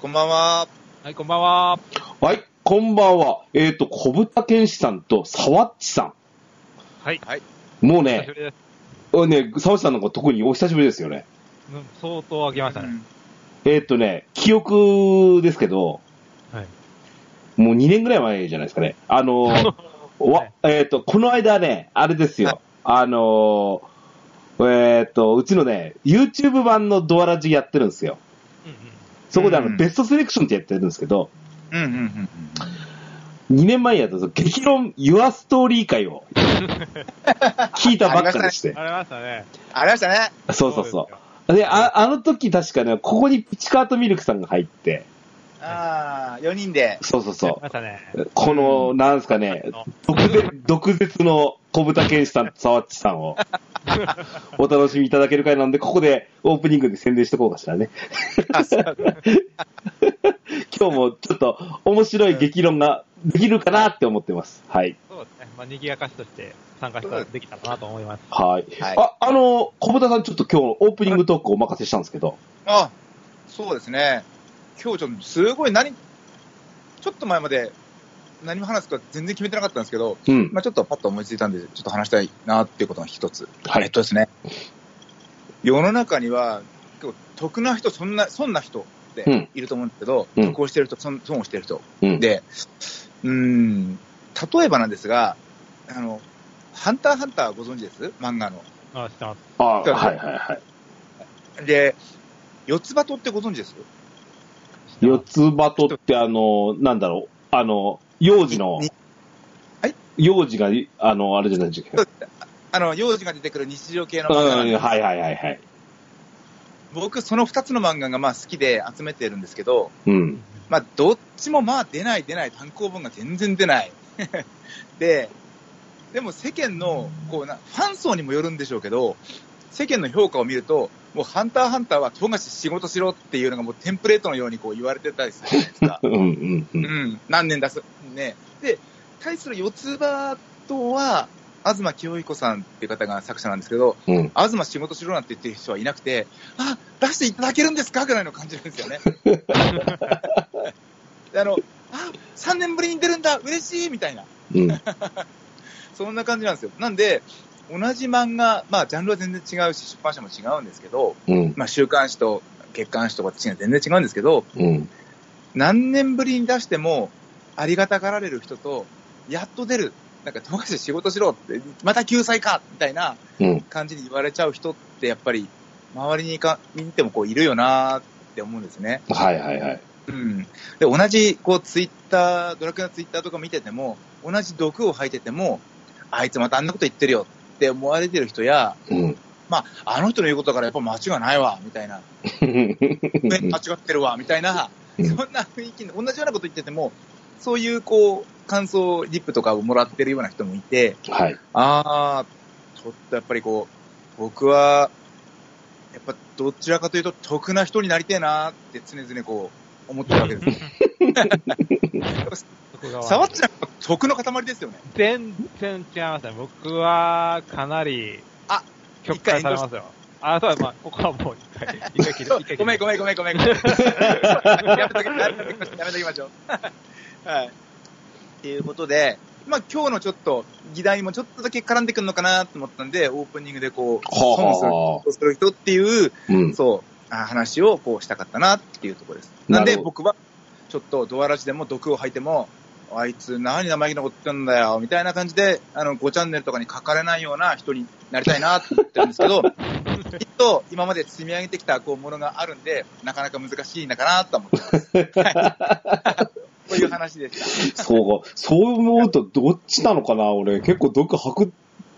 こんばんは。はい、こんばんは。はい、こんばんは。えっ、と、小豚健志さんと沢っちさはい。はい。ん。もう久し ぶね、りです。ね、沢っちさんの方が特にお久しぶりですよね。うん相当上げましたね。えっ、とね、記憶ですけど、はい。もう2年ぐらい前じゃないですかね。あの ーはわい、えっ、と、この間ね、あれですはいよ。あのーえっ、と、うちのね、YouTube 版のドアラジやってるんですよ。うんうん。そこであうんの、ベストセレクションってやってるんですけど、うんうんうん2年前にやったんですよ激論 Your Story 会 を聞いたばっかでして。ありましたね。ありましたね。そうそうそうです。よで、あ、あの時確かね、ここにピチカートミルクさんが入って、ああ、4人 で。そうそうあそりましたね。う。この、なんすかね、毒舌、毒舌の小豚健志さんと沢っちさん を、お楽しみいただける回なんで、ここでオープニングで宣伝しとこうかしらね。あそうだね今日もちょっと面白い激論ができるかなって思ってます。はい。そうですね。まあ、賑やかしとして参加したできたかなと思います。はい。はいあ、あの、小豚さんちょっと今日オープニングトークお任せしたんですけど、あ、そうですね。今日ちょっと、すごい何、ちょっと前まで何も話すか全然決めてなかったんですけど、うん。まあちょっとパッと思いついたんで、ちょっと話したいなっていうことが一つ。はいえっとですね。世の中には、結構、得な人、そんな、損な人っうてんいると思うんですけど、うん得をしてる人、損損をしてる人。うん。で、うーん、例えばなんですが、あの、ハンターハンターご存知です漫画の。あ、知ってます。あ、はいはいはい。で、四つ葉とってご存知です四つ葉とって、あの、なんだろう、あの、幼児のに、はい幼児が、あの、あれじゃないんですか。あの、幼児が出てくる日常系のうん、漫画なはんいではいはいはい。僕、その二つの漫画がまあ好きで集めてるんですけど、うん。まあ、どっちもまあ出ない出ない、単行本が全然出ない。 で、でも世間の、こうな、ファン層にもよるんでしょうけど、世間の評価を見ると、もうハンターハンターは富樫仕事しろっていうのがもうテンプレートのようにこう言われてたりするじゃないです か。うんうんう。うんん、何年出す。ね。で、対する四つ葉とは、東清彦さんっていう方が作者なんですけど、うん。東仕事しろなんて言ってる人はいなくて、あ、出していただけるんですかぐらいの感じなんですよね。であの、あ、3年ぶりに出るんだ嬉しいみたいな。うん。そんな感じなんですよ。なんで、同じ漫画、まあ、ジャンルは全然違うし、出版社も違うんですけど、うん。まあ、週刊誌と月刊誌とかって違う全然違うんですけど、うん。何年ぶりに出しても、ありがたがられる人と、やっと出る、なんか、富樫仕事しろって、また救済かみたいなうん。感じに言われちゃう人って、やっぱり、周りにいか見てもこういるよなーって思うんですね。はいはいはい。うん。で、同じ、こう、ツイッター、ドラクエのツイッターとか見てても、同じ毒を吐いてても、あいつまたあんなこと言ってるよって思われてる人や、うん。まあ、あの人の言うことだからやっぱ間違いないわ、みたいな。ね間違ってるわ、みたいな、うんそんな雰囲気の、同じようなこと言ってても、そういう、こう、感想、リップとかをもらってるような人もいて、はい。あー、ちょっとやっぱりこう、僕は、やっぱどちらかというと、得な人になりてえなーって常々こう、思ってるわけです。そこが悪い触っちゃう得の塊ですよね。全然違いますね。僕は、かなり、あ、曲解されますよ。あ、そうです。まあ、ここはもう一 回、一回切る、一回切る。ごめんごん。めんごめんごめんごめん。やめときやめときましょう。やめときましょう。はい。っていうことで、まあ今日のちょっと議題もちょっとだけ絡んでくるのかなと思ったんで、オープニングでこう、はあは損する人っていう、あ。うん。そう、あ話をこうしたかったなっていうところです。なんなでるほ僕は、ちょっとドアラジでも毒を吐いても、あいつ何生意気なこと言ってんだよ、みたいな感じで、あの、5チャンネルとかに書かれないような人になりたいなって言ってるんです けど、きっと今まで積み上げてきたこうものがあるんで、なかなか難しいんだかなと思ってます。 はい。という話でした。そうか。そう思うとどっちなのかな俺、結構毒吐く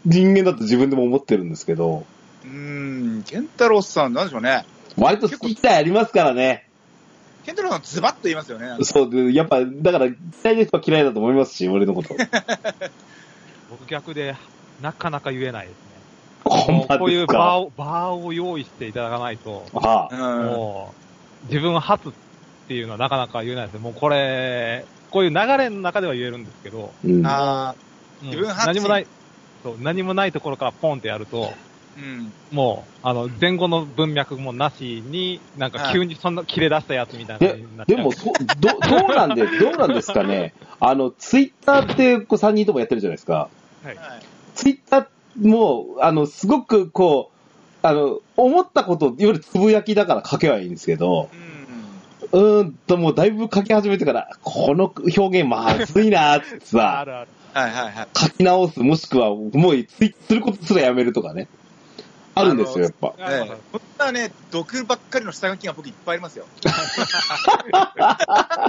人間だと自分でも思ってるんですけど、うーん、ケンタロウさん、なんでしょうね。割と好き嫌いありますからね。ケンタロウさんズバッと言いますよね。そうで、やっぱ、だから、嫌いな人は嫌いだと思いますし、俺の こと。僕逆で、なかなか言えないですね。ほんまですかこういう場を、場を用意していただかないと、はうあ、ん。もう、自分初っていうのはなかなか言えないですね。もうこれ、こういう流れの中では言えるんですけど、うん。ああ、うん自分初何もない、そう、何もないところからポンってやると、ううん。もう、あの、前後の文脈もなしに、なんか急にそんな切れ出したやつみたいな感じでになっちゃでうもそど、どうなんで、どうなんですかね、あのツイッターってこう3人ともやってるじゃないですか、ははい。い。ツイッターもあのすごくこうあの、思ったこと、いわゆるつぶやきだから書けばいいんですけど、うん。うーんと、もうだいぶ書き始めてから、この表現まずいなーっつってあさ、るある。はいはいはい。書き直す、もしくはもうツイすることすらやめるとかね、あるんですよ、やっぱ。ええこんなね、毒ばっかりの下書きが僕いっぱいありますよ。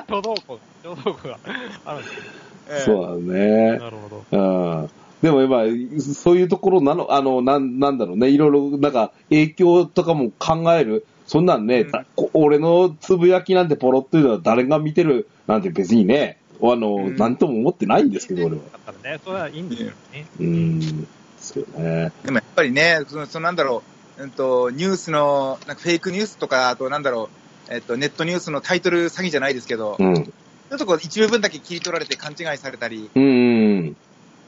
書道庫、書道庫があるんですよええそうだね。なるほど。うんでもやっぱ、そういうところなの、あの、なん、なんだろうね、いろいろ、なんか、影響とかも考える、そんなんね、うんだこ俺のつぶやきなんてポロっていうのは誰が見てるなんて別にね、あの、うんなんとも思ってないんですけど、俺は。だからね、それはいいんですよね。うん、ですよね。でもやっぱりね、その、そのなんだろう、うんと、ニュースの、なんかフェイクニュースとか、あとなんだろう、えっと、ネットニュースのタイトル詐欺じゃないですけど、ちうょん。うんっとこう、一部分だけ切り取られて勘違いされたり、うん、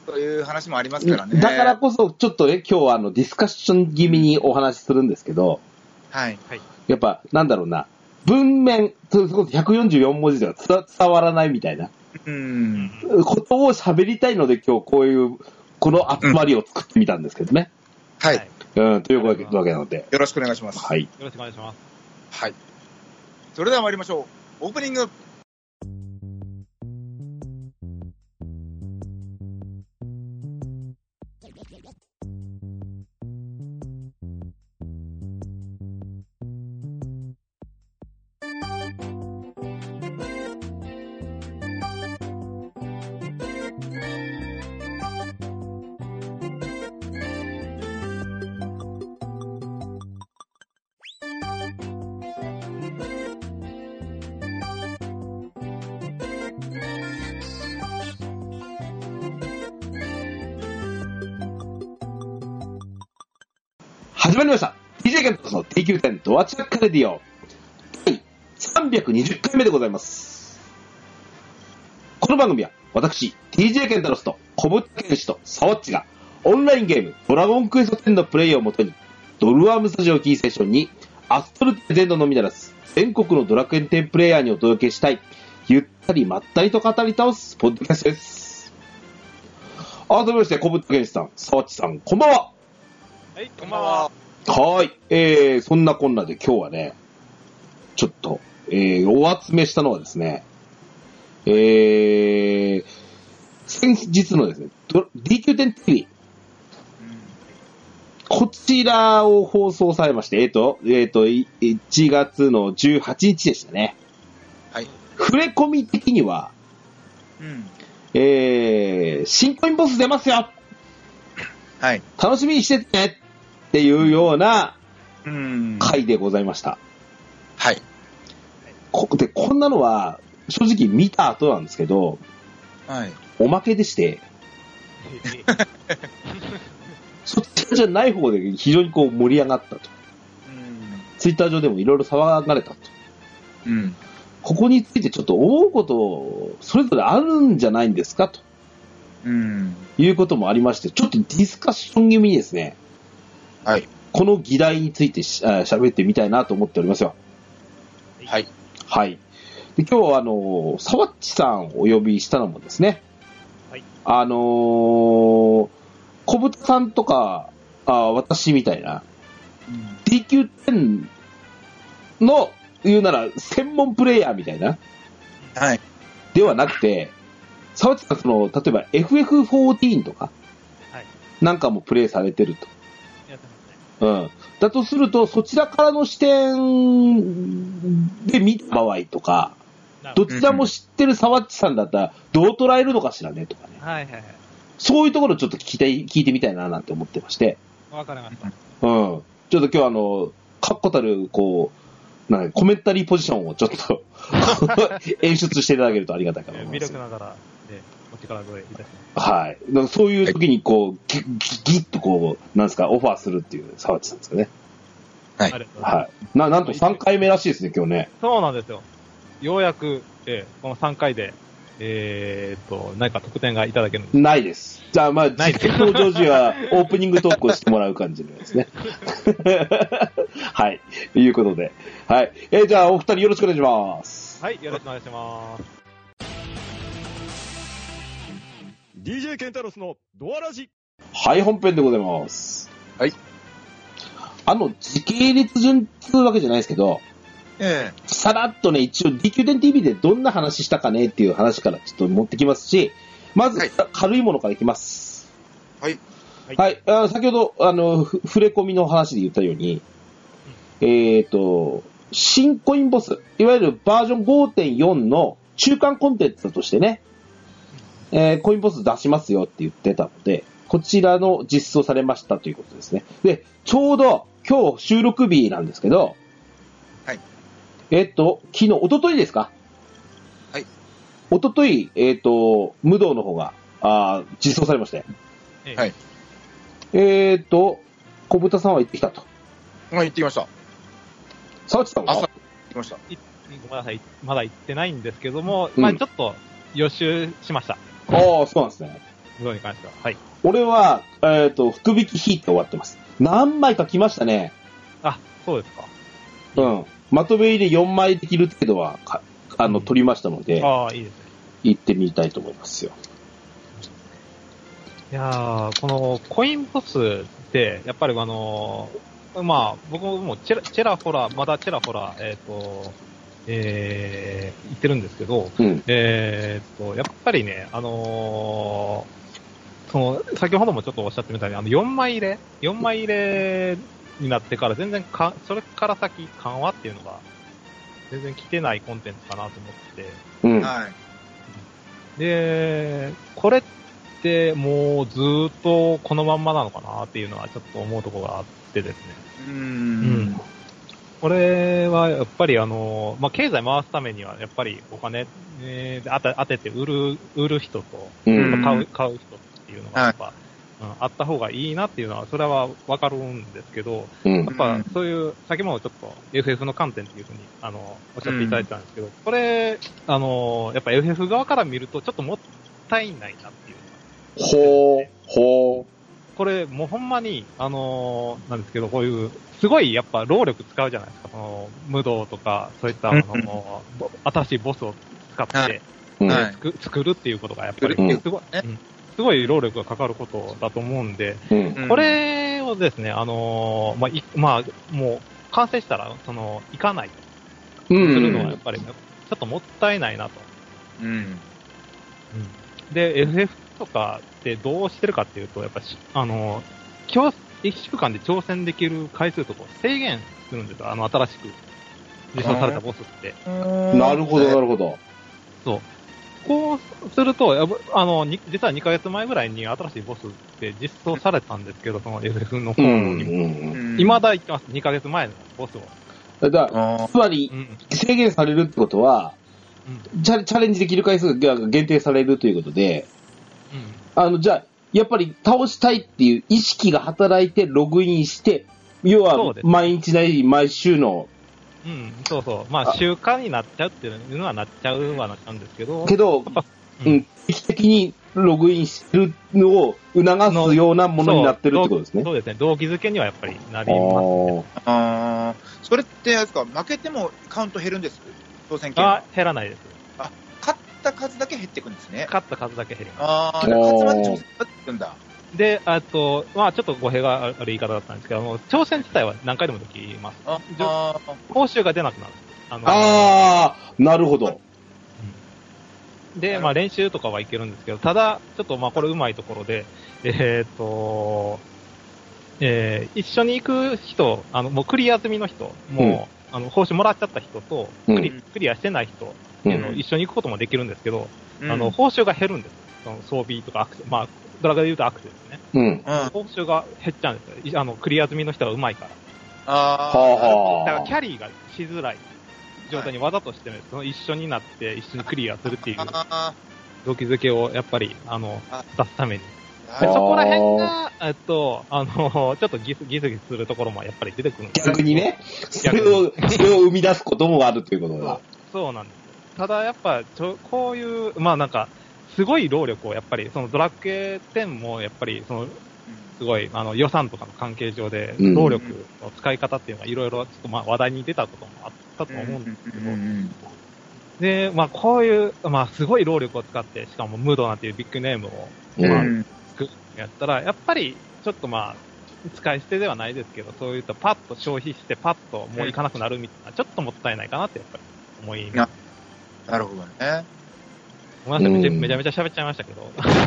そういう話もありますからね。だから、こそ、ちょっとね、今日はあの、ディスカッション気味にお話しするんですけど、はい。やっぱ、なんだろうな、文面、それこそ144文字では伝伝わらないみたいな。うん。ことを喋りたいので、今日こういう、この集まりを作ってみたんですけどね。はい。はいうん、というわけなので。よろしくお願いします。はい。よろしくお願いします。はい。それでは参りましょう。オープニング。始まりました。DJ ケントスの TQ 10ドアチラックレディオ。第320回目でございます。この番組は、私、DJ ケンタロスと、小渕健士と、サワッチが、オンラインゲーム、ドラゴンクエスト10のプレイをもとに、ドルアームスタジオキーセッションに、アストルテ全土のみならず、全国のドラクエ10プレイヤーにお届けしたい、ゆったりまったりと語り倒す、ポッドキャストです。改めまして、小渕健士さん、サワッチさん、こんばんは。はい、こんばんは。はーい。えー、そんなこんなで今日はね、ちょっと、えー、お集めしたのはですね、えー、先日のですね、ド DQ10TV、こちらを放送されまして、えっ、と、えっ、と、い1月の18日でしたね。はい。触れ込み的には、うん。えー、新コインボス出ますよはい。楽しみにしててねっていうようなうん。回でございました。はい。こで、こんなのは、正直見た後なんですけど、はい。おまけでして、そっちじゃない方で非常にこう盛り上がったと。うん。ツイッター上でもいろいろ騒がれたと。うん。ここについてちょっと思うことを、それぞれあるんじゃないんですかとうん。いうこともありまして、ちょっとディスカッション気味にですね、はい。この議題についてしあ喋ってみたいなと思っておりますよ。はい。はい。で今日は、あの、沢っちさんをお呼びしたのもですね、はいあのー小渕さんとか、あ私みたいな、うん。 DQ10 の、言うなら、専門プレイヤーみたいな、はい。ではなくて、沢地さん、その、例えば FF14 とか、はいなんかもプレイされてると。やってますね。うん。だとすると、そちらからの視点で見た場合とか、なるどほどちらも知ってる沢地さんだったら、どう捉えるのかしらね、とかね。はいはいはい。そういうところをちょっと聞いて、聞いてみたいな、なんて思ってまして。わかりました。うん。ちょっと今日はあの、確固たる、こう、なんかコメンタリーポジションをちょっと 演出していただけるとありがたいかなと思魅います力。ながら、ね、お力添えいたします。はい。なんかそういう時にこう、ぎぎぎっとこう、なんですか、オファーするっていう沢地さんですかね。はあいりがとうございます。はい。な、なんと3回目らしいですね、今日ね。そうなんですよ。ようやく、ええこの3回で、えー、っと、何か特典がいただけるんですないです。じゃあ、まあ、ないです実況上司はオープニングトークをしてもらう感じのやつ ね。はい。ということで。はい。えーじゃあ、お二人よろしくお願いします。はい、よろしくお願いします。DJ ケンタロスのドアラジ。はい、本編でございます。はい。あの、時系列順つうわけじゃないですけど、えさらっとね、一応 DQ10TV でどんな話したかねっていう話からちょっと持ってきますし、まず、はい軽いものからいきます。はい。はいはい。あ先ほど、あの、ふ触れ込みの話で言ったように、えっ、と、新コインボス、いわゆるバージョン5.4の中間コンテンツとしてね、えーコインボス出しますよって言ってたので、こちらの実装されましたということですね。で、ちょうど今日収録日なんですけど、はい。えっと、昨日、一昨日ですかはい。一昨日、えっと、無道の方が、あー実装されまして、えはいえっと、小豚さんは行ってきたと。えはい行ってきました。沢地さん朝、行はってきました。ごめんなさい、まだ行ってないんですけども、うんまあちょっと予習しました。ああ、そうなんですね。無道に関しては。はい。俺は、えっ、と、福引きヒーって終わってます。何枚か来ましたね。あ、そうですか。うん。まとめ入れ4枚できる程度はか、あの、うん取りましたので、ああ、いいですね。行ってみたいと思いますよ。いやー、このコインボスって、やっぱりあのーまあ僕もちらちらほら、まだちらほら、えっ、と、えー、言ってるんですけど、うん。えーっと、やっぱりね、あのーその、先ほどもちょっとおっしゃってみたように、あの、4枚入れ、4枚入れになってから全然か、それから先緩和っていうのが、全然来てないコンテンツかなと思ってうん。はい。て、で、これってもうずーっとこのまんまなのかなっていうのはちょっと思うところがあってですね。うーうんん。これはやっぱりあの、まあ、経済回すためには、やっぱりお金、えー、当て当てて売る、売る人と、うんやっぱ買う、買う人っていうのが、やっぱ、うん、あった方がいいなっていうのは、それはわかるんですけど、うんやっうぱんそういう、先もちょっと FF の観点っていうふうに、あの、おっしゃっていただいたんですけど、これ、あの、やっぱ FF 側から見ると、ちょっともったいないなっていうのがほう、ほう。これ、もうほんまに、あのーなんですけど、こういう、すごいやっぱ労力使うじゃないですか、その、無道とか、そういった、あうんの、ぼ新しいボスを使って、はいうんはいつく作るっていうことが、やっぱり、作るすごい、ねうんすごい労力がかかることだと思うんで、うん。こ、れをですね、あのーまあ、い、まあ、もう、完成したら、その、行かないとすうるのは、やんっ。ぱり、ちょっともったいないなと。うん。で、FF とかってどうしてるかっていうと、やっぱし、あの、強1週間で挑戦できる回数とかを制限するんですよ。あの、新しく実装されたボスって。なるほど、なるほど。そう。こうすると、やぶあの、に実は2ヶ月前ぐらいに新しいボスって実装されたんですけど、その FF の方うん。にも。うんど未だ言ってます。2ヶ月前のボスを。だから、あつまりう、ん。制限されるってことは、うん。チャチャレンジできる回数が限定されるということで、うん。あの、じゃあ、やっぱり倒したいっていう意識が働いてログインして、そ要はうです毎日なり毎週の、うん。そうそう。まあ、習慣になっちゃうっていうのはなっちゃうはなっちゃうんですけど。けどっぱ、ううんん、定期的にログインするのを促すようなものになってるってことですねそ。うですね。動機づけにはやっぱりなあります。ーあー。それって、あれですか、負けてもカウント減るんです当選権。あ勝、減らないです。った数だけ減っていくんですね。勝った数だけ減りまああ、勝つまで挑戦になっていくんだ。す。で、あと、まあちょっと語弊がある言い方だったんですけども、挑戦自体は何回でもできます。あじゃあー、報酬が出なくなる。あのあー、なるほど。で、まあ練習とかはいけるんですけど、ただ、ちょっとまあこれうまいところで、えーっと、えー一緒に行く人、あの、もうクリア済みの人、もう、あの、報酬もらっちゃった人と、クリ,、うんクリアしてない人ってういうのをん一緒に行くこともできるんですけど、うんあの、報酬が減るんです。その装備とかアクセまあ、ドラガで言うとアクセですね。うん。うん。あ報酬が減っちゃうんですよい。あの、クリア済みの人はうまいから。あー。だはあからはキあ。ャリーがしづらい状態にわざとしてるんです。その一緒になって一緒にクリアするっていうあ動機づけをやっぱり、あのあ、出すために。ーでなそるこら辺が、えっと、あの、 ちょっとギスギスギスするところもやっぱり出てくるんです逆にね、それ逆にを、それを生み出すこともあるということだ。そうなんですよ。ただやっぱちょ、こういう、まあなんか、すごい労力をやっぱり、そのドラクエ10もやっぱり、そのすごい、あの、予算とかの関係上で、うん労力の使い方っていうのがいろいろ、ちょっとまあ話題に出たこともあったと思うんですけど、で、まあこういう、まあすごい労力を使って、しかもムードなんていうビッグネームをうんまあ作るんやったら、やっぱり、ちょっとまあ、使い捨てではないですけど、そういったパッと消費して、パッともう行かなくなるみたいな、ちょっともったいないかなって、やっぱり思います。なるほどね。ごめんなさいうんめちゃめちゃ喋っちゃいましたけ ど。大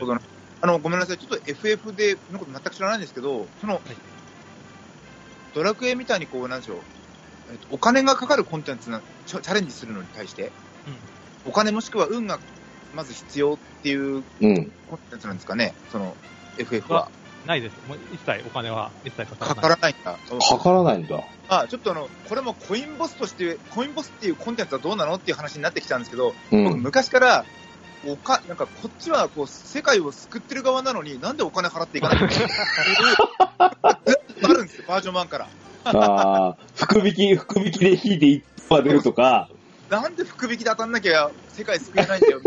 丈夫ですあの、ごめんなさい。ちょっと FF で、のこと全く知らないんですけど、その、ドラクエみたいにこう、なんでしょう、えっと、お金がかかるコンテンツなチャチャレンジするのに対して、お金もしくは運がまず必要っていううん。コンテンツなんですかね、その FF は。うん。ないです。もう一切お金は一切かからかない。からないんだ。かからないんだ。まあ、ちょっとあの、これもコインボスとして、コインボスっていうコンテンツはどうなのっていう話になってきたんですけど、う僕 ん。昔から、おか、なんかこっちはこう、世界を救ってる側なのに、なんでお金払っていかないのっていう、ずっとあるんですよ、バージョン1から。ああ、福引き、 福引きで引いて一歩が出るとか、なんで福引きで当たんなきゃ世界救えないんだよ、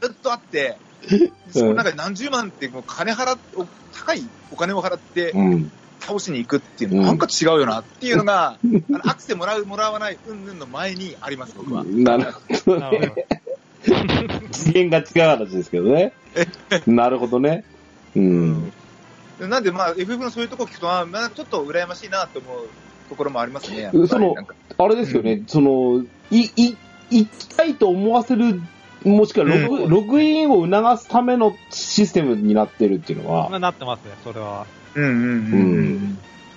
ずっとあって、その中で何十万ってもう金払って、お高いお金を払ってうん。倒しに行くっていううの、んなんか違うよなっていうのが、あのアクセもらう、もらわない、うんぬんの前にあります、僕は。なるほどなるねほ。ど次元が違う話ですけど ね。なるほどね。うん。うんなんで、まあ、FF のそういうとこ聞くと、あまあ、ちょっと羨ましいなと思うところもありますね。やっぱりそのなんかあれですよね、その、い、い、行きたいと思わせる、もしくはログ,、うんログインを促すためのシステムになってるっていうのは、まあなってますね、それは。うんうんう。うんあなる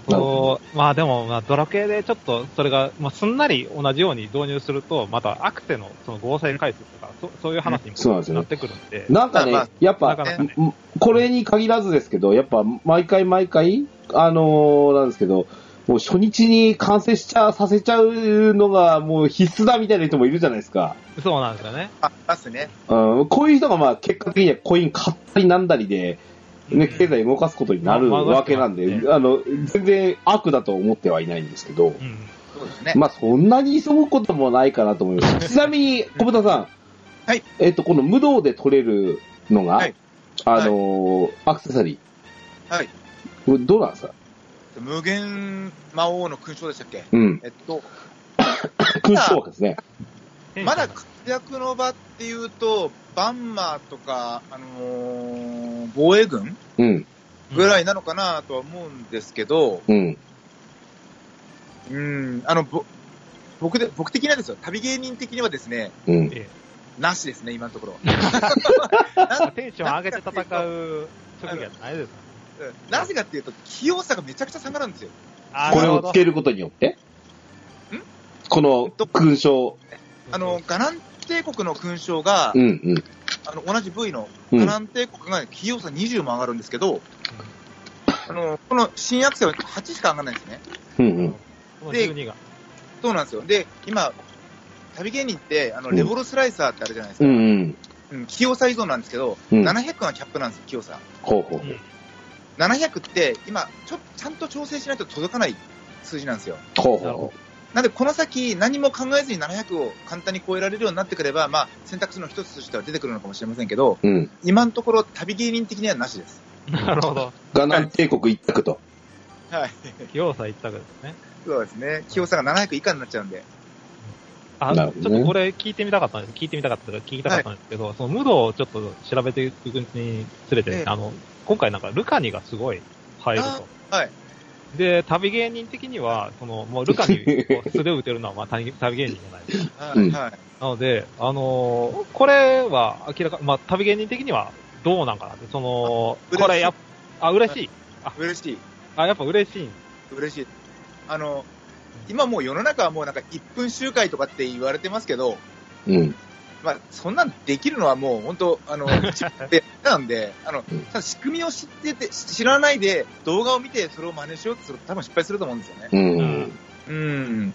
ほと、まあでも、まあドラクエでちょっと、それが、まあすんなり同じように導入すると、またアクセのその合成回数とか、そそういう話にそうなんですもよなってくるんで、なんかね、まあまあやっなぱか、なかね。んこれに限らずですけど、やっぱ毎回毎回、あのーなんですけど、もう初日に完成しちゃ、させちゃうのがもう必須だみたいな人もいるじゃないですか。そうなんですよね。あ、ますね。うん、こういう人がまあ結果的にはコイン買ったりなんだりで、ね、経済動かすことになるまあわけなんで、まあの、全然悪だと思ってはいないんですけど、うん。そうですね。まあそんなに急ぐこともないかなと思い ます。ちなみに、小豚さん。はいえっと、この無道で取れるのが、はいあのーアクセサリはい。ー。これどうなんですか無限魔王の勲章でしたっけうん。えっと、勲章枠ですね。まだ活躍の場っていうと、バンマーとか、あのー防衛軍うん。ぐらいなのかなとは思うんですけど、うん。うん、あの、ぼ僕で、僕的にはですよ、旅芸人的にはですね、うん。えなしですね、今のところ。えまあテンション上げて戦う職業じゃないですか。うんなぜかっていうと、器用さがめちゃくちゃ下がるんですよ。あーこなれるほをどつけることによってこの勲章。あの、ガラン帝国の勲章が、うんうん。あの、同じ部位のうんガラン帝国が器用さ20も上がるんですけど、あの、この新アクセは8しか上がらないんですね。うんこの12が。そうなんですよ。で、今、旅芸人って、あの、うんレボルスライサーってあるじゃないですうん。うか。んうん。うん、器用さ依存なんですけど、うん700がキャップなんですよ、器用さ。ほうほうほうん700って、今、ちょ、ちゃんと調整しないと届かない数字なんですよ。う。ほうほなうるほほなんで、この先、何も考えずに700を簡単に超えられるようになってくれば、まあ、選択肢の一つとしては出てくるのかもしれませんけど、う。うん。今のところ、旅芸人的にはなしです。なるほど。 ガナン帝国一択と。はい。器用さ一択ですね。そうですね。清さが700以下になっちゃうんで。あ、なちるょっほどねとこれ聞いてみたかったんです。聞いてみたかったというか聞きたかったんですけど、その無道をちょっと調べていくにつれて、ええあの、今回なんかルカニがすごい入ると。はい。で、旅芸人的には、その、もうルカにこう素で打てるのは、まあ、 旅旅芸人じゃないですか。はい。うんはい。なので、あのーこれは明らか、まあ、旅芸人的にはどうなんかなって、その、嬉しいこれやっ、あ、嬉しい。嬉しい。あ、やっぱ嬉しい。嬉しい。あの、今もう世の中はもうなんか1分周回とかって言われてますけど、うん。まあ、そんなんできるのはもう本当、 あの、チップでなんで、あの、うんただ仕組みを知ってて、し知らないで動画を見てそれを真似しようとすると多分失敗すると思うんですよね。うん。うん。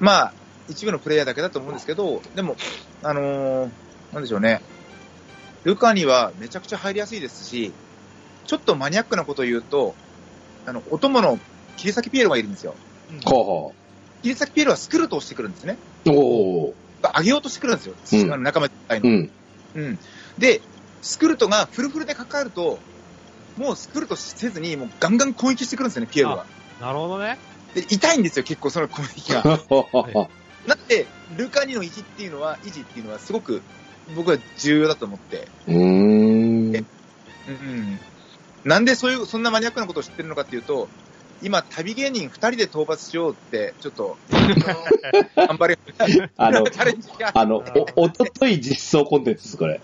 まあ、一部のプレイヤーだけだと思うんですけど、でも、あのーなんでしょうね。ルカにはめちゃくちゃ入りやすいですし、ちょっとマニアックなことを言うと、あの、お供の切り裂きピエロがいるんですよ。ほうほ切り裂きピエロはスクルートをしてくるんですね。おー。上げようとしてくるんですよ、うんあの仲間自体うの、ん。うんで、スクルトがフルフルでかかると、もうスクルトせずに、もうガンガン攻撃してくるんですよね、ピエロが。なるほどね。で、痛いんですよ、結構その攻撃が。 なんで、ルカ2の維持っていうのは、維持っていうのはすごく僕は重要だと思って。うーん。うんうん。なんでそういう、そんなマニアックなことを知ってるのかっていうと、今、旅芸人2人で討伐しようって、ちょっと、 あの頑張れ、あ の、チャレンジがあの、お、おととい実装コンテンツです、これ。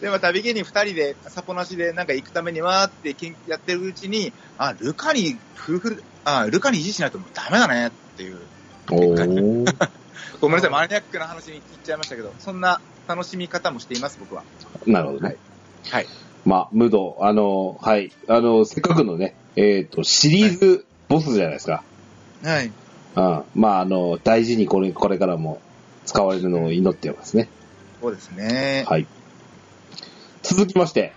でも旅芸人2人で、サポなしでなんか行くためにはって研やってるうちに、あ、ルカに、フフル、あ、ルカに維持しないともうダメだねっていう。おー。ごめんなさい、マニアックな話に行っちゃいましたけど、そんな楽しみ方もしています、僕は。 なるほどね。はい。まあ、ムード、あの、はい。あの、せっかくのね、えっ、と、シリーズボスじゃないですか。はい。うん。まあ、あの、大事にこれ、これからも使われるのを祈ってますね。そうですね。はい。続きまして。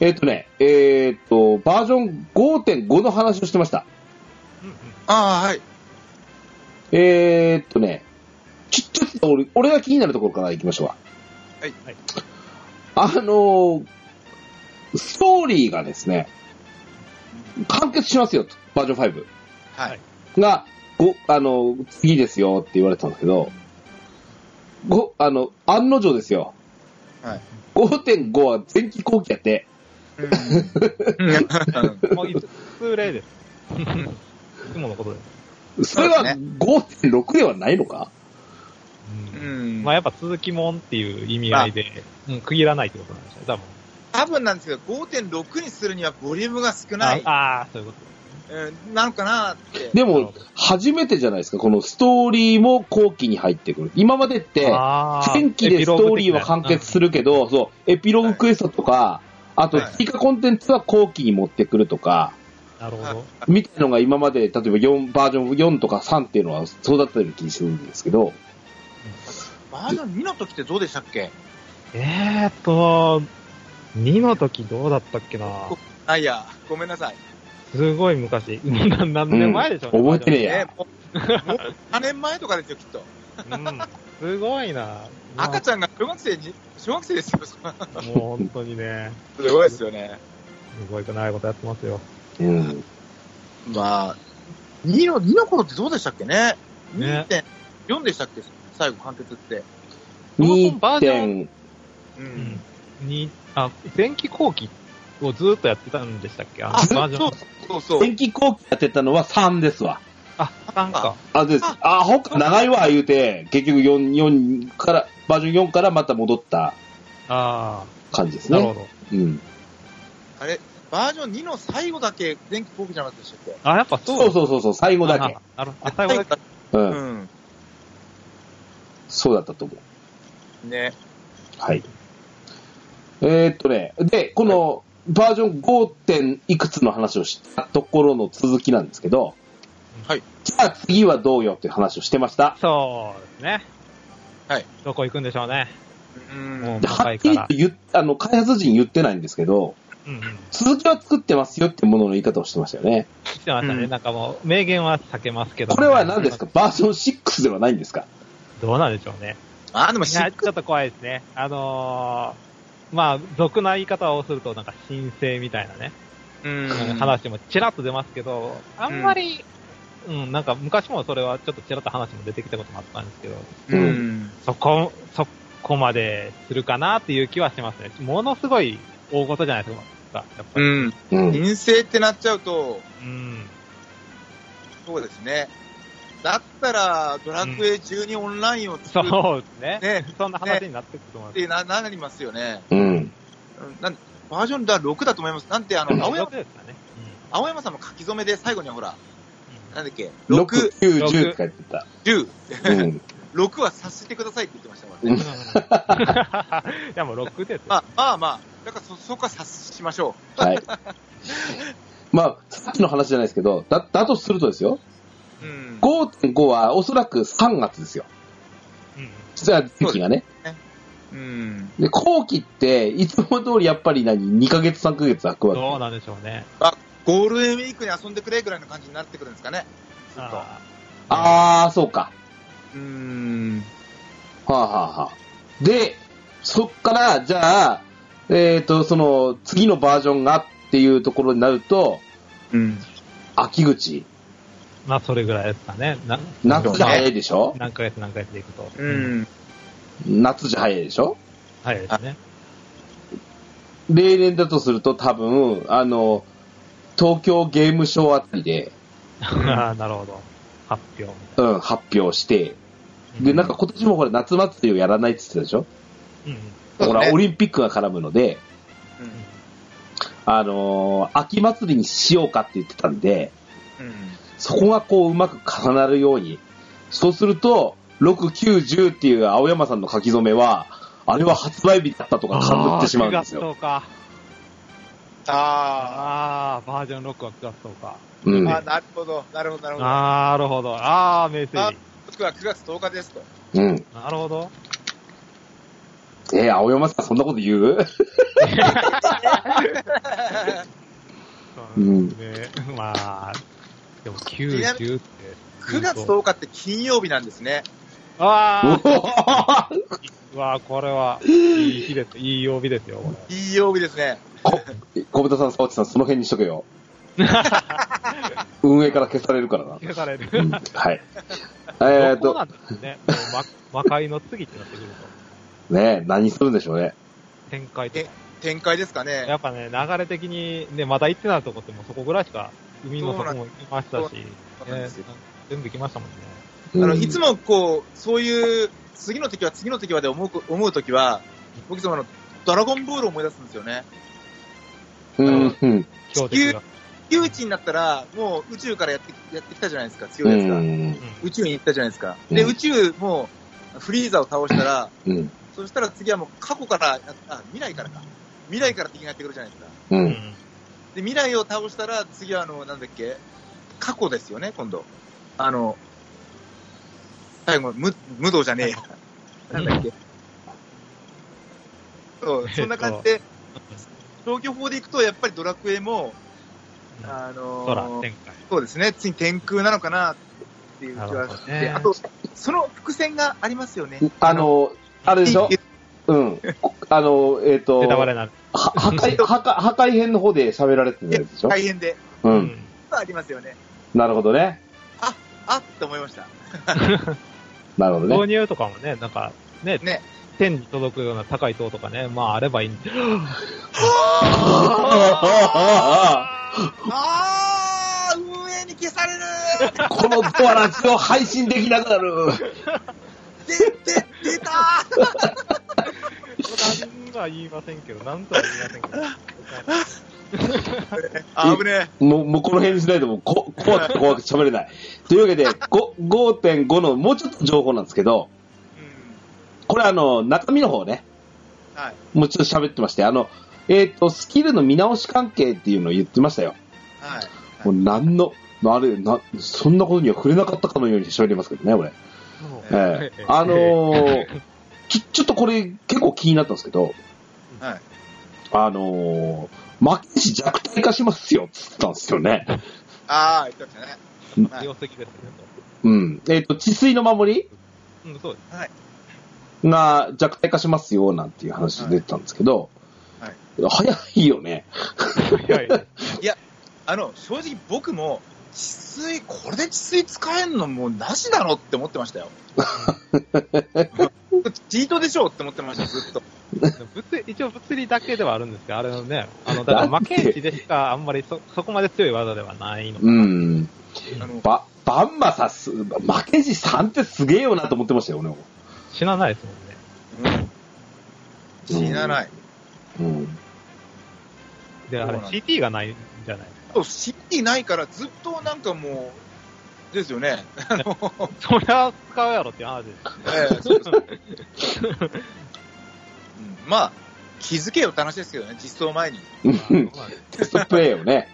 えっ、とね、えっ、と、バージョン5.5の話をしてました。うんうん。ああ、はい。えーっとね、ちょ、ちょっと俺、俺が気になるところから行きましょうか。はいはい。あのーストーリーがですね、完結しますよと、バージョンはい。 5が、ご、あのー次ですよって言われたんだけど、ご、あの、案の定ですよ。はい。 5.5は前期後期やって、 うんもういつ、通例です。いつものことです。それはそうです5.6ではないのかううんん。まあやっぱ続きもんっていう意味合いで、うん、区切らないってことなんですね、多分。多分なんですけど、5.6にするにはボリュームが少ない、ああー、そういうこうん、なのかなって。でなるほもど、初めてじゃないですか、このストーリーも後期に入ってくる。今までって、と。あー前期でストーリーは完結するけど、そう、エピローグクエストとか、あとはい追加コンテンツは後期に持ってくるとか、エピローグ的ななるほみたいのが今まで、例えば4、バージョン4とか3っていうのはそうだったような気がするんですけど、バージョン2の時ってどうでしたっけど。えーっと、2の時どうだったっけなあ、いや、ごめんなさい。すごい昔。もう何何年前でしょううん覚えてねえいやね、もう、もう7年前とかですよ、きっと。うんすごいな。赤ちゃんが小学生に、小学生ですよ、そんなゃん。もう本当にね、すごいですよね。すごいくないことやってますよ。うん。まあ、2の、2の頃ってどうでしたっけねね ?2.4 でしたっけ最後完結って。そもそもバージョ2.5ううんん。。に、あ、前期後期をずーっとやってたんでしたっけあの、あ、そバーうジそョうン。そうそう。前期後期やってたのは3ですわ。あ、3か。あ、です。あ、ほか、長いわ、言うて、結局4、4から、バージョン4からまた戻ったあ感じであ、すなるほね。ど。うん。あれ、バージョン2の最後だけ前期後期じゃなかったでしたっけあ、やっぱそう。そうそうそうそう、最後だけ。あ。なるほど。あ、最後だけ。う。うんん。そうだったと思う。ね。はい。えーっとね、で、このバージョン 5. 点いくつの話をしたところの続きなんですけど、はい。じゃあ次はどうよっていう話をしてました。そうですね。はい。どこ行くんでしょうね。うん。で若はいっかきらりと言っあの、開発陣言ってないんですけど、うんうん。続きは作ってますよってものの言い方をしてましたよね。来てましたね。うんなんかもう、名言は避けますけど。これは何ですかバージョン6ではないんですかどうなんでしょうね。あー、でもいしや、ちょっと怖いですね。あのー、まあ、俗な言い方をすると、なんか、申請みたいなね、うん話もちらっと出ますけど、あんまり、うん、なんか、昔もそれはちょっとちらっと話も出てきたこともあったんですけど、うん。そこ、そこまでするかなっていう気はしますね。ものすごい大事じゃないですか、やっうぱり。ん。うん。陰性ってなっちゃうと、うん。そうですね。だったら、ドラクエ12オンラインを作るっそうですね。ねそんな話になってくると思います。てな、なりますよね。うん。うんなんバージョンだ6だと思います。なんて、あの、青よ山く、ですかね。青山さんも書き初めで最後にはほら、うんなんだっけ、 6、 6、 9、10って書いてた。 10、うん。 6は察してくださいって言ってましたもんね。うんうんいや、もう6ですよ。まあまあまあ、だからそ、そこは察しましょはい。まあ、さっきの話じゃないですけど、だ、だとするとですよ、う。うん。 5.5はおそらく3月ですよ。うん実は時期がね。うん。で、後期って、いつも通りやっぱり何、2ヶ月3ヶ月空くわけ。どうなんでしょうね。ゴールデンウィークに遊んでくれぐらいの感じになってくるんですかね。ずっとああー、そうか。うーん。はあ、はあはあ、で、そっから、じゃあ、えっ、と、その、次のバージョンがっていうところになると、うん。秋口、ーまあ、それぐらいですかね。な夏じゃ早いでしょ何ヶ月何ヶ月でいくと。う。ん。夏じゃ早いでしょはいですね。例年だとすると多分、あの、東京ゲームショウあたりで、ああ、なるほど。発表みたうん、発表して、いな。で、なんか今年もこれ夏祭りをやらないって言ってたでしょうん、うん。ほそうら、ねオリンピックが絡むので、あのー秋祭りにしようかって言ってたんで、うん。うんそこがこううまく重なるように。そうすると、6、9、10っていう青山さんの書き初めは、あれは発売日だったとか被ってしまうんです9よ。月10日。あああ、バージョン6は9月10日。うーん。あ、なるほど、なるほど、なるほど。もなるほど。ああ、名推理。しくは9月10日ですと。うん。なるほど。えー青山さんそんなこと言ううんで、まあ、でも9、10って。 9月10日って金曜日なんですね。あ おーあ、わあ、これは、いい日です。いい曜日ですよ、これ。金曜日ですね。こ小豚さん、沢地さん、その辺にしと けよ。運営から消されるからな。消される。うんはい。えーっそうなと、んですね。もうま、魔界の次ってなってくると。ねえ何するんでしょうね。展開とか。展開ですかね。やっぱね、流れ的に、ね、まだ行ってないとこってもうそこぐらいしか、海の底も行きましたし、そうなんえですよー全部行きましたもんね。ああの、いつもこう、そういう、次の敵は次の敵はで思うこ、思う時は、僕いつもあの、ドラゴンボールを思い出すんですよね。うん、うん。強敵が。窮地になったら、もう宇宙からやってやってきたじゃないですか、強ういやつが。ん。うん宇宙に行ったじゃないですか。で、うん宇宙も、フリーザを倒したら、うん。そしたら次はもう過去から、あ、未来からか。未来から敵がやってくるじゃないですか。う。うんん。で、未来を倒したら、次はあの、なんだっけ、過去ですよね、今度。あの、最後、無、無道じゃねえ や。なんだっけ。そう、そんな感じで、消去法でいくと、やっぱりドラクエも、あのー空、展開。そうですね、次天空なのかなっていう気はして、なるほどねあと、その伏線がありますよね。あの、あれでしょいいうん。あの、えーっと、ネタバレはになる。破壊、破壊、破壊編の方で喋られてるいややつでしょ大変で、う。。うんありますよね。なるほどね。あって思いました。なるほど導ね。入とかもね、なんか、ね、ね天に届くような高い塔とかね、まああればいいんで。あー、運営に消されるこのドアラジオ配信できなくなる。で、で、出たー何とは言いませんけど、なんとは言いませんけど。 あぶねもう、もうこの辺にしないともうこ、怖くて怖くて喋れない。というわけで、ご5.5のもうちょっと情報なんですけど、え。うん。これあの、中身の方ね、はい。もうちょっと喋ってまして、あの、えっ、と、スキルの見直し関係っていうのを言ってましたよ。はい。もう何の、あれ、な、そんなことには触れなかったかのように喋りますけどね、俺。え ええあのーきちょっとこれ結構気になったんですけど、はい。あのー、負けし弱体化しますよ、つったんですよね。あー、言ってましたね。強敵ですね。うん。えっ、と、治水の守りうん、そうでが弱体化しますよ、なんていう話出てたんですけど、はい早いよね。す。早いです。あの、正直僕も、治水、これで治水使えんのもうなしだろって思ってました よ。チートでしょって思ってました、ずっと。物一応物理だけではあるんですけど、あれのね、あの、だから負けんちでしかあんまりそ、そこまで強い技ではないの。うん。あの、ば、バンマさす、負けじさんってすげえよなと思ってましたよ、俺も。死なないですもんね。うん死なない。うん。で、あれ CT がないんじゃないそう CD ないからずっとなんかもう、ですよね。あの、そりゃ使うやろっていう話です。ええそうそううん まあ、気づけよって話ですけどね、実装前に。うんテストプレイよね。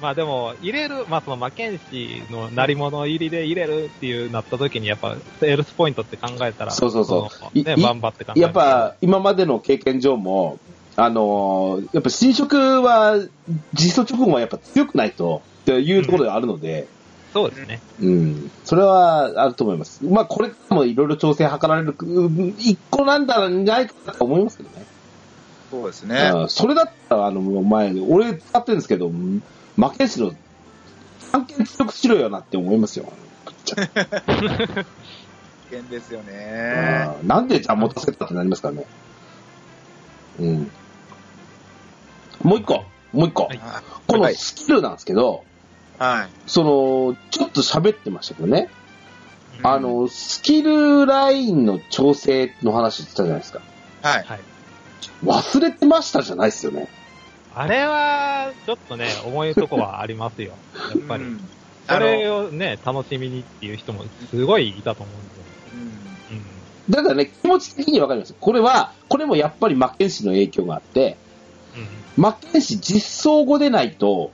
まあでも、入れる、まあその魔剣士の鳴り物入りで入れるっていうなった時に、やっぱ、セールスポイントって考えたら、そうそうそうそのいね、いバンバって考えたやっぱ、今までの経験上も、あのーやっぱ新色は、実装直後はやっぱ強くないと、っていうところがあるので、そうですね。うん、それはあると思います。まあ、これからもいろいろ調整図られる、うん一個なんだろうないかなと思いますけどね。そうですね。うんそれだったら、あの、もう前、俺使ってるんですけど、うん負けんしろ、関係強くしろよなって思いますよ。危険ですようね。んなんでじゃあ持たせたってなりますからね。うん。もう一個、もう一個。はいはこのはいスキルなんですけど、はい。その、ちょっと喋ってましたけどね、うんあの、スキルラインの調整の話してたじゃないですか。はい。はい。忘れてましたじゃないですよね。あれは、ちょっとね、重いとこはあります よ。やっぱうり。んそあの、れをね、楽しみにっていう人もすごいいたと思うんですよ。うんうん。だからね、気持ち的にわかります。これは、これもやっぱりマッケンシーの影響があって、うん。マッケンシー実装後でないと、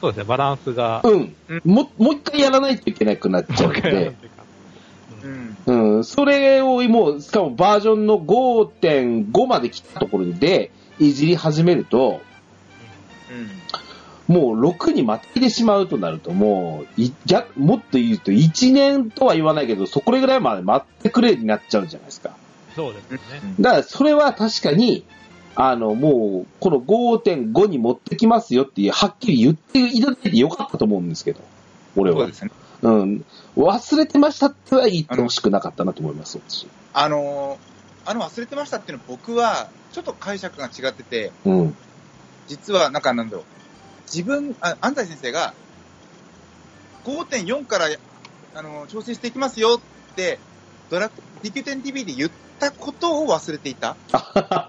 そうですね、バランスが。うんうん、ももう一回やらないといけなくなっちゃうので、ううんん。うん、それをもう、しかもバージョンの5.5まで来たところで、いじり始めると、うん。もう6にまたいでしまうとなると、もうい、逆、もっと言うと1年とは言わないけど、そこれぐらいまで待ってくれになっちゃうじゃないですか。そうですね。だからそれは確かに、あの、もう、この5.5に持ってきますよっていう、はっきり言っていただいてよかったと思うんですけど、俺そうはで。すね。うん。忘れてましたっては言ってほしくなかったなと思います、私あのー、あの忘れてましたっていうの僕は、ちょっと解釈が違ってて、うん。実は、なんかなんだろう。自分、あ安西先生が、5.4から、あのー、調整していきますよって、ドラク、DQ10TV で言ったことを忘れていた。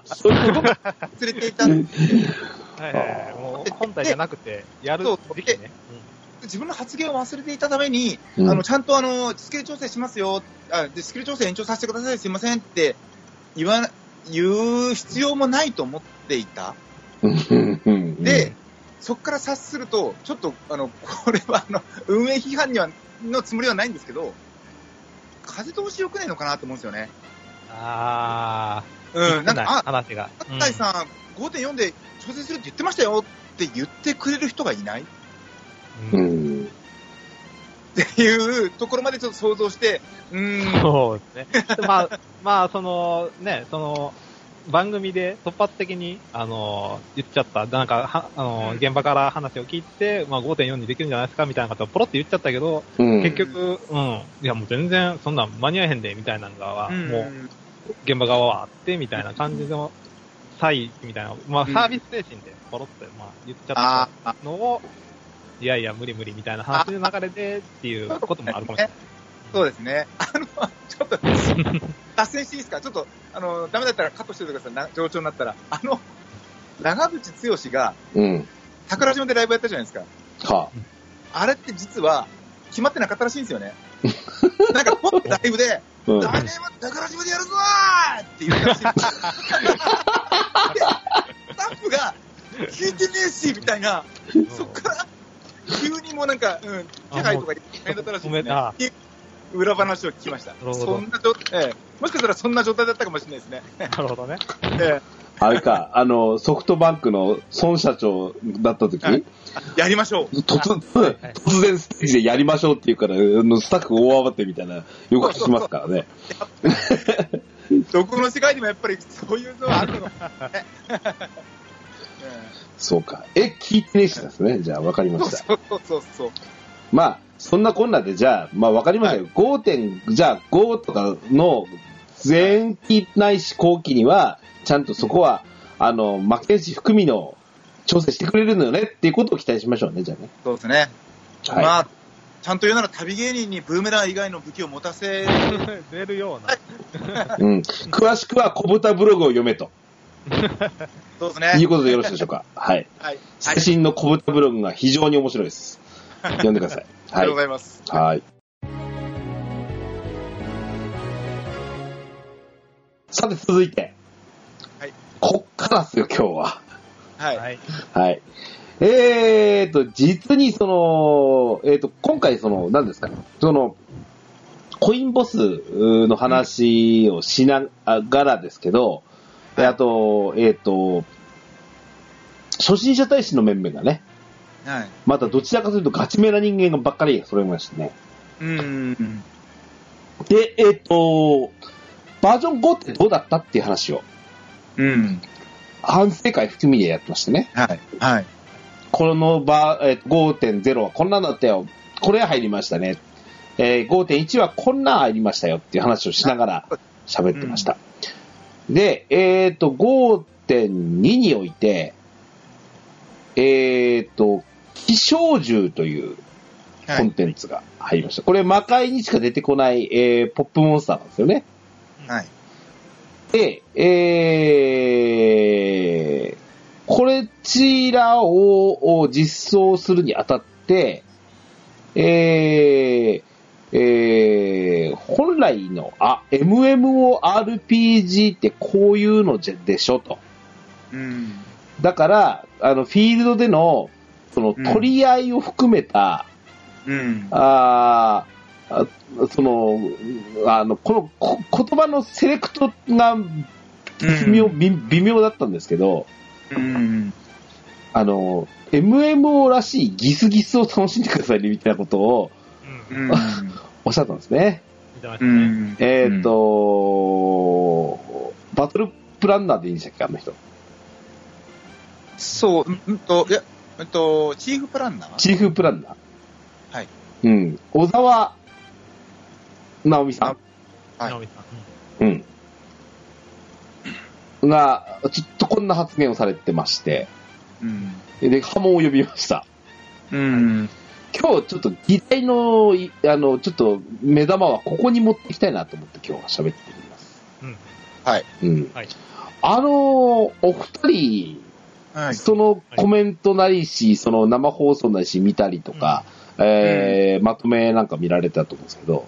そういうこと忘れていた。自はいはいはい。もう本体じゃなくて、やるそう時期ね。分の発言を忘れていたために、うんあの、ちゃんとあの、スキル調整しますよ。あでスキル調整延長させてください。すいませんって言わな、言う必要もないと思っていた。うんうんで、そこから察すると、ちょっと、あの、これはあの、 運営批判には、のつもりはないんですけど、風通し良くないのかなと思うんですよね。うんあうー、ん、なんか、あ、話が。安西さん、5.4で調整するって言ってましたよって言ってくれる人がい ないうんううんんっていうところまでちょっと想像して、うーん、そうですね。 まあ、まあ、その、ね、その、番組で突発的に、あの、言っちゃった、なんか、はあの、うん現場から話を聞いて、まあ、5.4にできるんじゃないですかみたいなことをポロって言っちゃったけど、うん結局、うん、いや、もう全然、そんなん間に合えへんで、みたいなのが、うんもう、現場側はあって、みたいな感じの、差異みたいな、まあ、うんサービス精神でポロって、まあ、言っちゃあっーあ、たのを、いやいや、無理無理みたいな話の流れで、っていうこともあるかもしれない。そうですね。あの、ちょっと、 脱線していいですかちょっと、あの、ダメだったらカットしておいてくださいな。上長になったら。あの、長渕剛が、うん。桜島でライブやったじゃないですか。はあれって実は、決まってなかったらしいんですよ ね。なんか、ポッとライブで、あ。うん来年は宝島でやるぞーって言ったらしいんですよ。でスタッフが、聞いてねえし、みたいな、うんそっから、急にもうなんか、うん、気配とか大変だったらしいでごめんなすね。裏話を聞きましたるほ。どそんな状ええもしかしたらそんな状態だったかもしれないですね。なるほどね。えあれか、あの、ソフトバンクの孫社長だった時、はいえやりましょう。突はいはい突然ステージでやりましょうっていうから、あのスタッフ大慌てみたいな、よくしますからね。どこの世界にもやっぱりそういうのはあるのかもね。 えそうか。え、聞いてねえしですね。じゃあ、わかりえまそうした。そうそうそう。まあ、そんなこんなで、じゃあ、まあ、わかりましたよ。5点、じゃあ、5とかの前期ないし後期には、ちゃんとそこは、あの、負けし含みの調整してくれるのよねっていうことを期待しましょうね、じゃあね。そうですね。はい。まあ、ちゃんと言うなら旅芸人にブーメラン以外の武器を持たせ、 出るような。うん。詳しくは、小豚ブログを読めとそうですいね。うことでよろしいでしょ うか。はい。はい。はい最新の小豚ブログが非常に面白 いです。読んでください。ありがとうはいご。ざいます。はい。さて、続いて。はいこっからですよ、今日は。はい。はい。はい。えーと、実にその、えーと、今回その、何ですかね、その、コインボスの話をしながらですけど、であと、えっ、と、初心者大使の面々がね、はい。またどちらかというとガチめな人間ばっかり揃いましたね。うん。で、えっ、と、バージョン5ってどうだったっていう話を、うん。反省会含みでやってましたね。はい。はい。このバー、えー5.0はこんなのだったよ。これ入りましたね。えー5.1はこんな入りましたよっていう話をしながら喋ってました。で、えっ、と、5.2において、えっ、と、気象銃というはコンい。テンツが入りました。これ魔界にしか出てこない、えーポップモンスターなんですよね。はい。で、えー、これちらをを実装するにあたって、えー、えー、本来の、あ、MMORPG ってこういうのじゃでしょと。うん。だから、あの、フィールドでの、その、うん取り合いを含めた、うん。あーあその、あの、このこ言葉のセレクトが微妙,、うんび微妙だったんですけど、うん。あの、MMO らしいギスギスを楽しんでくださいねみたいなことをう。うんん。おっしゃったんですね。見てましたうね。ん。えっ、と、バトルプランナーでいいんでしたっけ、あの人。そう、うんと、いや、うんと、チーフプランナーチーフプランナー。はい。うん。小沢直美さん。はい直美さんうんうん。が、ちょっとこんな発言をされてまして、うん。で、波紋を呼びました。うん。今日ちょっと議題の、いあの、ちょっと目玉はここに持ってきたいなと思って今日は喋ってみます。うん。うん。はいあの、お二人、はい。そのコメントなりし、その生放送なりし見たりとか、えーまとめなんか見られたと思うんですけど、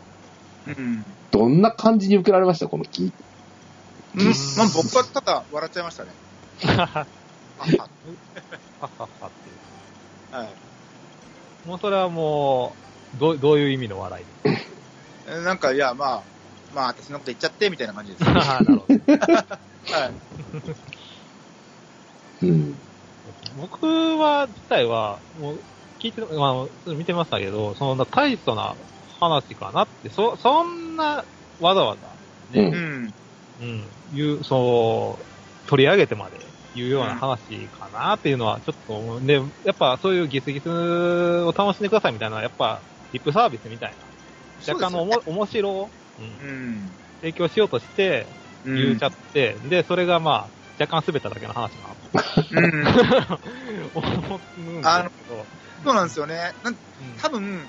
うん。どんな感じに受けられましたこのきうん、まあ僕はただ笑っちゃいま したね。はははははっていうははいもうそれはもう、どうどういう意味の笑い ですえー。なんか、いや、まあ、まあ、私のこと言っちゃって、みたいな感じで す。かはなるほど。い。うん。僕は、自体は、もう、聞いて、まあ、見てましたけど、そんな大層な話かなって、そ、そんな、わざわざ、ううね、ん。うん、言う、そう、取り上げてまで言うような話かなっていうのは、ちょっと思う、で、やっぱそういうギスギスを楽しんでくださいみたいな、やっぱ、リップサービスみたいな、若干のおも、面白を、う、うんん。提供しようとして、うん言っちゃって、で、それがまあ、若干滑っただけの 話かなと。うん。思うんですけど。あのそうなんですよね。なんうん多分、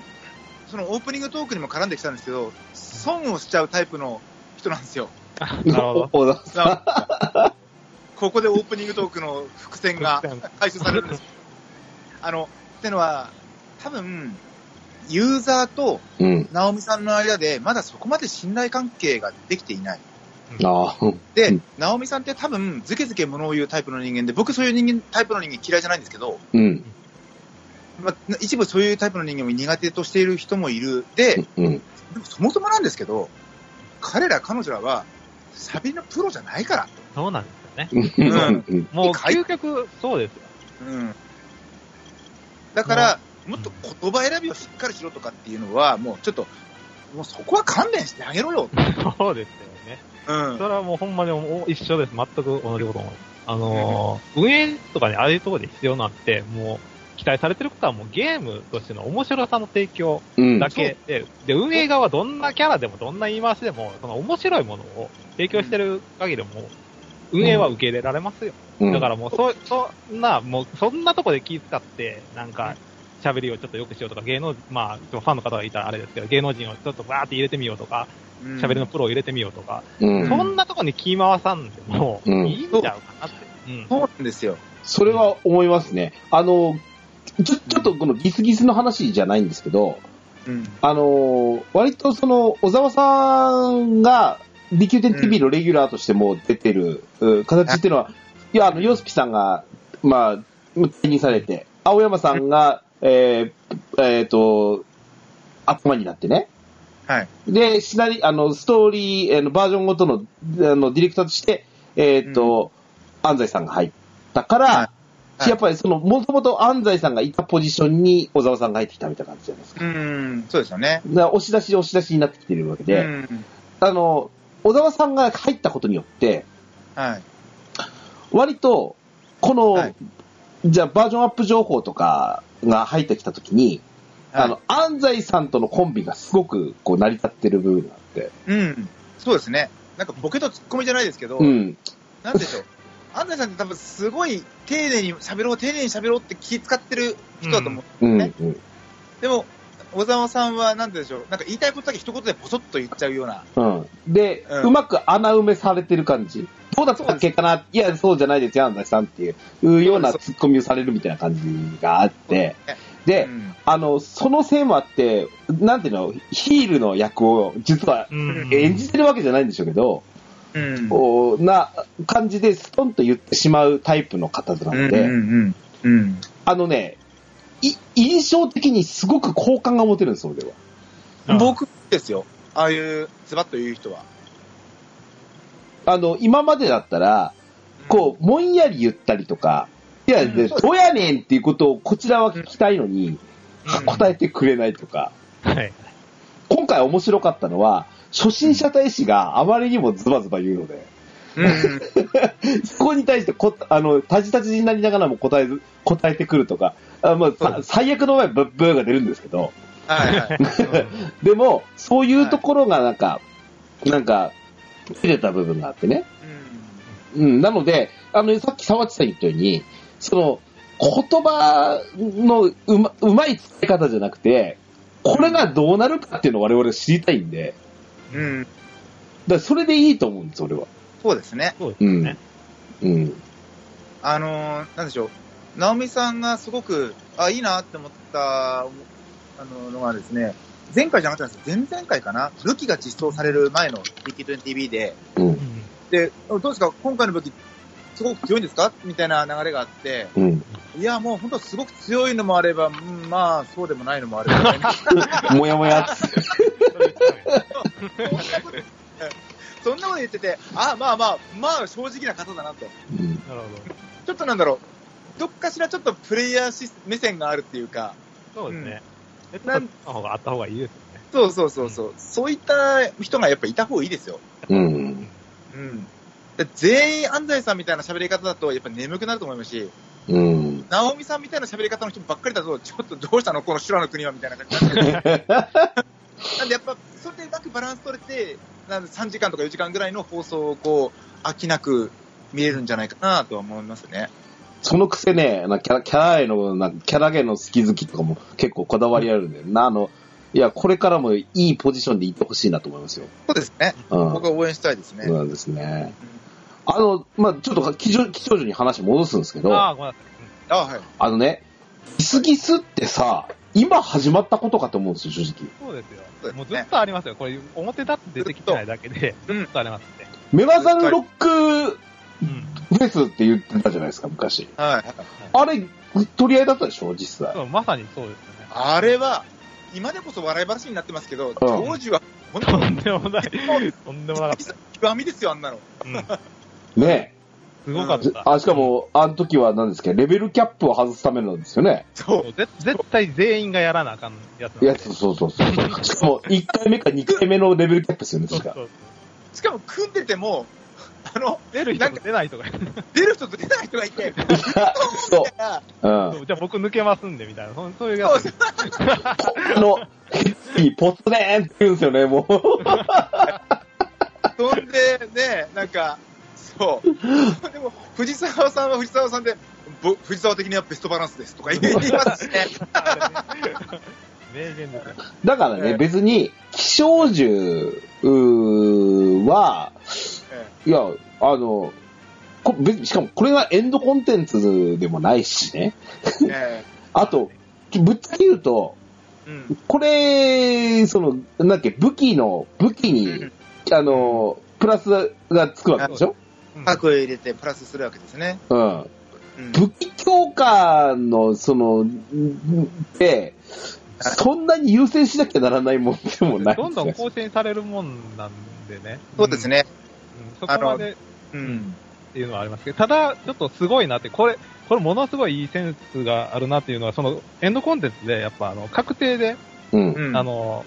そのオープニングトークにも絡んできたんですけど、損をしちゃうタイプの人なんですよ。なるほど。小沢さんな ここでオープニングトークの伏線が回収されるんです。 あの、ってのは、多分、ユーザーと うん。ナオミさんの間で、まだそこまで信頼関係ができていない。ああ、うんうでん、ナオミさんって多分、ずけずけ物を言うタイプの人間で、僕そういう人間、タイプの人間嫌いじゃないんですけど、うん。まあ、一部そういうタイプの人間も苦手としている人もいる。で、うん。でもそもそもなんですけど、彼ら彼女らは、サビのプロじゃないから。そうなんですよね。うん。うん。もう、はい究極、そうですよ。うん。だから、もっと言葉選びをしっかりしろとかっていうのは、もうちょっと、もうそこは勘弁してあげろよ。そうですよね。うん。それはもう、ほんまにお一緒です。全く同じこと思います。あのー、運営とかね、ああいうところで必要なんて、もう、期待されてることはもうゲームとしての面白さの提供うん。だけで、で、運営側はどんなキャラでもどんな言い回しでも、その面白いものを提供してる限りも、運営は受け入れられますよ。だからもう、そ、そんな、もう、そんなとこで気使って、なんか、喋りをちょっと良くしようとか、芸能、まあ、ファンの方がいたらあれですけど、芸能人をちょっとバーって入れてみようとか、うん喋りのプロを入れてみようとか、うん。そんなとこに気回さんでも、うんいいんちゃうかなって。うん。そうなんですよ。それは思いますね。あの、ちょ、ちょっとこのギスギスの話じゃないんですけど、うん。あの、割とその、小沢さんが、B 級点 TV のレギュラーとしても出てる、うん形っていうのは、いや、あの、ヨスピさんが、まあ、転任されて、青山さん が、えーえっ、と、頭になってね。はい。で、シナリ、あの、ストーリー、あの、バージョンごとの、あの、ディレクターとして、えーっと、安西さんが入ったから、はいやっぱりその、もともと安西さんがいたポジションに小沢さんが入ってきたみたいな感じじゃないですか。うん、そうですよね。だから押し出し押し出しになってきてるわけで、うん、あの、小沢さんが入ったことによって、はい。割と、この、はいじゃあバージョンアップ情報とかが入ってきたときに、あはの、安西さんとのコンビがすごくこう成り立ってる部分があって、い、うん、そうですね。なんかボケとツッコミじゃないですけど、うん。なんでしょう。安西さんって多分すごい丁寧に喋ろう、丁寧に喋ろうって気使ってる人だと思う。うん。ねうんでも、小沢さんはなんでしょう。なんか言いたいことだけ一言でポソッと言っちゃうような。うん。で、ううんまく穴埋めされてる感じ。どうだったっけかないや、そうじゃないですよ、安西さんっていういうようなツッコミをされるみたいな感じがあって、で、うんあの、そのせいもあって、なんていうの、ヒールの役を実はうん演じてるわけじゃないんでしょうけど、うんこうな感じでストンと言ってしまうタイプの方なので、うんうんうんうんあのね、い印象的にすごく好感が持てるんです、俺は。うん僕ですよ。ああいう、ズバッと言う人は。あの、今までだったら、こう、もんやり言ったりとか、いや、うんでどうやねんっていうことをこちらは聞きたいのに、うん答えてくれないとか、はい。今回面白かったのは、初心者大使があまりにもズバズバ言うので、うん。うんそこに対してこ、あの、たじたじになりながらも答えず、答えてくるとか、あまあそうでさ、最悪の場合はブッブーが出るんですけど、はいはい。でも、そういうところがなんか、なんか、切れた部分があってね。うん、なので、あの、さっき沢地さん言ったように、その、言葉のうまうまい使い方じゃなくて、これがどうなるかっていうのを我々知りたいんで、うん。うん。だからそれでいいと思うんです、俺は。そうですね。そうですうねん。。うん。あのーなんでしょう。直美さんがすごく、あ、いいなって思った、あの、のがですね、前回じゃなかったんです。前々回かな武器が実装される前の TK20TV で、う。うんんで、どうですか今回の武器、すごく強いんですかみたいな流れがあって、うん。いや、もう本当すごく強いのもあれば、うんまあ、そうでもないのもあれば、 みたいなもやもやっつって。そんなことそんなこと言ってて、あまあまあ、まあ正直な方だなと。うん。なるほちょっとなんだろう、どっかしらちょっとプレイヤーシス目線があるっていうか、ど。そうですね。えっと、なんの方があった方がいいですよね。そうそうそうそう、そういった人がやっぱいた方がいいですよ。うん。うん。で全員安西さんみたいな喋り方だとやっぱ眠くなると思いますし、うん。直美さんみたいな喋り方の人ばっかりだと、ちょっとどうしたのこの修羅の国はみたいな感じになっちゃ うなんでやっぱ、それでうまくバランス取れて、なんで3時間とか4時間ぐらいの放送をこう、飽きなく見れるんじゃないかなとは思いますね。そのくせね、なキャラ、キャラへの、なキャラ芸の好き好きとかも結構こだわりあるんだよな。あの、いや、これからもいいポジションでいってほしいなと思いますよ。そうですね。うん。僕は応援したいですね。そうなんですね。あの、まあ、ちょっと、きじょ気象所に話戻すんですけど、あああ、ごめんなさあはい。のね、ギスギスってさ、今始まったことかと思うんですよ、正直。い。そうですそうですねよ。もうずっとありますよ。これ、表立って出てきてないだけで、うんずっとありますね。メガザルロックうん。フェスって言ってたじゃないですか、昔。はい。あれ、取り合いだったでしょ、実際。そうまさにそうですよね。あれは、今でこそ笑い話になってますけど、当時は本当とにんでもない。とんでもなかった。極みですよ、あんなの。うん。ねすごかっえた。あ、しかも、あの時は何ですか、レベルキャップを外すためなんですよね。そう。ぜ絶対全員がやらなあかんやつなんいでや、そうそうそうそう。しかも、1回目か2回目のレベルキャップですよね、そう確そうか。そう。しかも組んでても、あの、出る人と出ないとか。出る人と出ない人がい て、 そだからう。うん。そうじゃあ僕抜けますんで、みたいな。そうそういうやそうつ。あの、ヘッピーポツデーンって言うんですよね、もう。そんで、ね、なんか、そう。でも、藤沢さんは藤沢さんで、ぼ藤沢的にはベストバランスですとか言いますし ね。名言ですよ。だからええね、別に、気象獣うーは、ええいや、あの、こ別にしかもこれがエンドコンテンツでもないしね。えあと、ぶっちゃけ言うと、えうん。これ、その、なんだっけ、武器の、武器に、あの、プラスがつくわけでしょうん核を入れてプラスするわけですね。うん。うん武器強化の、その、で、そんなに優先しなきゃならないもんでもないどんどん更新されるもんなんでね。そうですね。うん。うんそこまでうん。っていうのはありますけど、ただ、ちょっとすごいなって、これ、これものすごいいいセンスがあるなっていうのは、そのエンドコンテンツで、やっぱあの、確定で、うん。うんあ、の、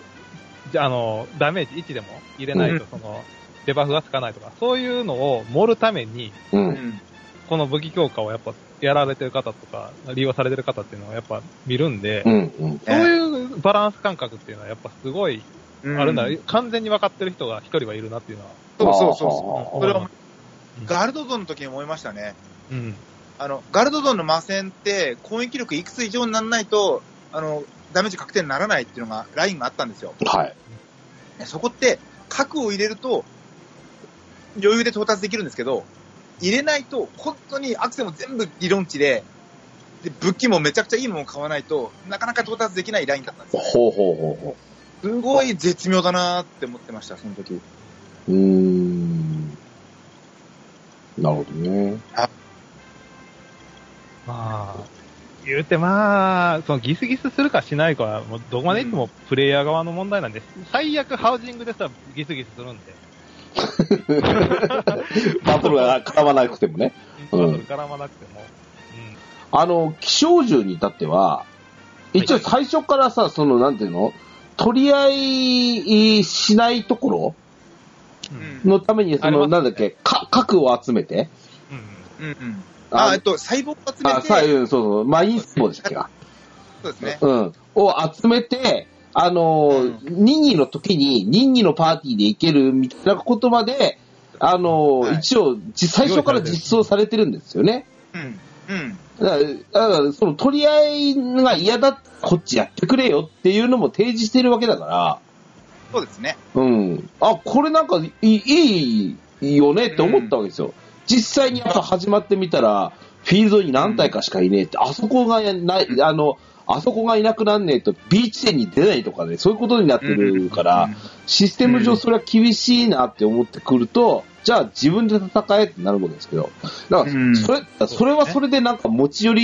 じゃあの、ダメージ1でも入れないと、その、デバフがつかないとか、そういうのを盛るために、う。うんん。この武器強化をやっぱやられてる方とか、利用されてる方っていうのはやっぱ見るんでう、ん。うん。そういうバランス感覚っていうのはやっぱすごい、うんあるんだ、完全に分かってる人が一人はいるなっていうのは。そうそうそうう。んそれは、うんガルドゾンの時に思いましたね。うん。あの、ガルドゾンの魔戦って、攻撃力いくつ以上にならないと、あの、ダメージ確定にならないっていうのが、ラインがあったんですよ。はい。そこって、核を入れると、余裕で到達できるんですけど、入れないと、本当にアクセも全部理論値で、で、武器もめちゃくちゃいいものを買わないとなかなか到達できないラインだったんですよ。ほうほうほうほすごい絶妙だなーって思ってました、その時。う。うーん。なるほどね。まあ、言うてまあ、そのギスギスするかしないかは、もうどこまでいってもプレイヤー側の問題なんで、最悪ハウジングでさ、ギスギスするんで、バトルが絡まなくてもね。バうんトル絡まなくても。うんあの、気象銃に至っては、一応最初からさ、その、なんていうの取り合いしないところうん。のために、そありまの、すねなんだっけ、か核を集めて、うんうんうん。ああ、えっと、細胞を集めあ、て、さあ、そうんそうそう、マインスポでしたっけか。うですね。うん。を集めて、あのー、任意の時に、任意のパーティーで行けるみたいなことまで、あのーはい一応、じ最初から実装されてるんですよね。うん。うん。だから、だからその取り合いが嫌だったらこっちやってくれよっていうのも提示してるわけだかそうですね。ら、うん。あ、これなんかいいいいよねって思ったわけですよ。実際に朝始まってみたら、フィールドに何体かしかいねえって、あそこがやない、あの、あそこがいなくなんねえと、B 地点に出ないとかね、そういうことになってるから、システム上それは厳しいなって思ってくると、じゃあ自分で戦えってなることですけど、だかうらんそれ、それはそれでなんか持ち寄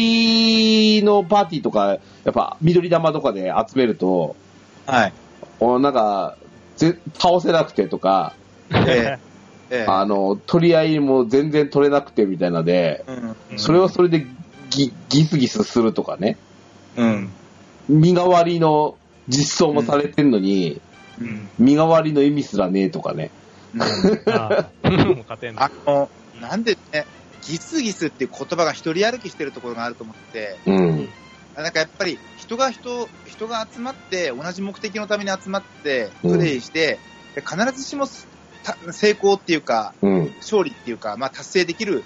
りのパーティーとか、やっぱ緑玉とかで集めると、はい。おなんか、ぜ倒せなくてとか、 ええ。ええ。あの、取り合いも全然取れなくてみたいなので、うん。それはそれでギギスギスするとかね、うん。身代わりの実装もされてんのに、うん。身代わりの意味すらねえとかね。 あ あもう勝てんのあの、なんでね、ギスギスっていう言葉が一人歩きしてるところがあると思って、うん。なんかやっぱり人が人、人が集まって、同じ目的のために集まって、プレイして、で必ずしもた成功っていうか、うん。勝利っていうか、まあ達成できる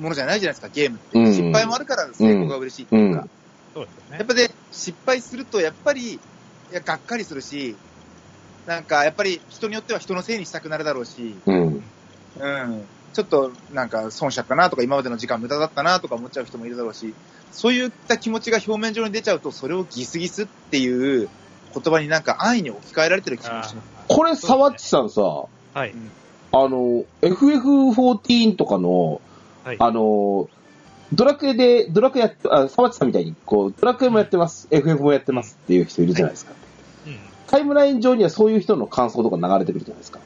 ものじゃないじゃないですか、ゲームって。うん失敗もあるから成功が嬉しいっていうか。そうですやっね。ぱで、失敗すると、やっぱり、いや、がっかりするし、なんか、やっぱり人によっては人のせいにしたくなるだろうし、うん。うん、ちょっとなんか損しちゃったなとか、今までの時間無駄だったなとか思っちゃう人もいるだろうし、そういった気持ちが表面上に出ちゃうと、それをギスギスっていう言葉になんか安易に置き換えられてる気もします。これ、沢地さんさ、あはい。あの、FF14 とかの、はいあの、ドラクエで、ドラクエやって、あ、沢地さんみたいに、こう、ドラクエもやってます、FF もやってますっていう人いるじゃないですか。うん。タイムライン上にはそういう人の感想とか流れてくるじゃないですか。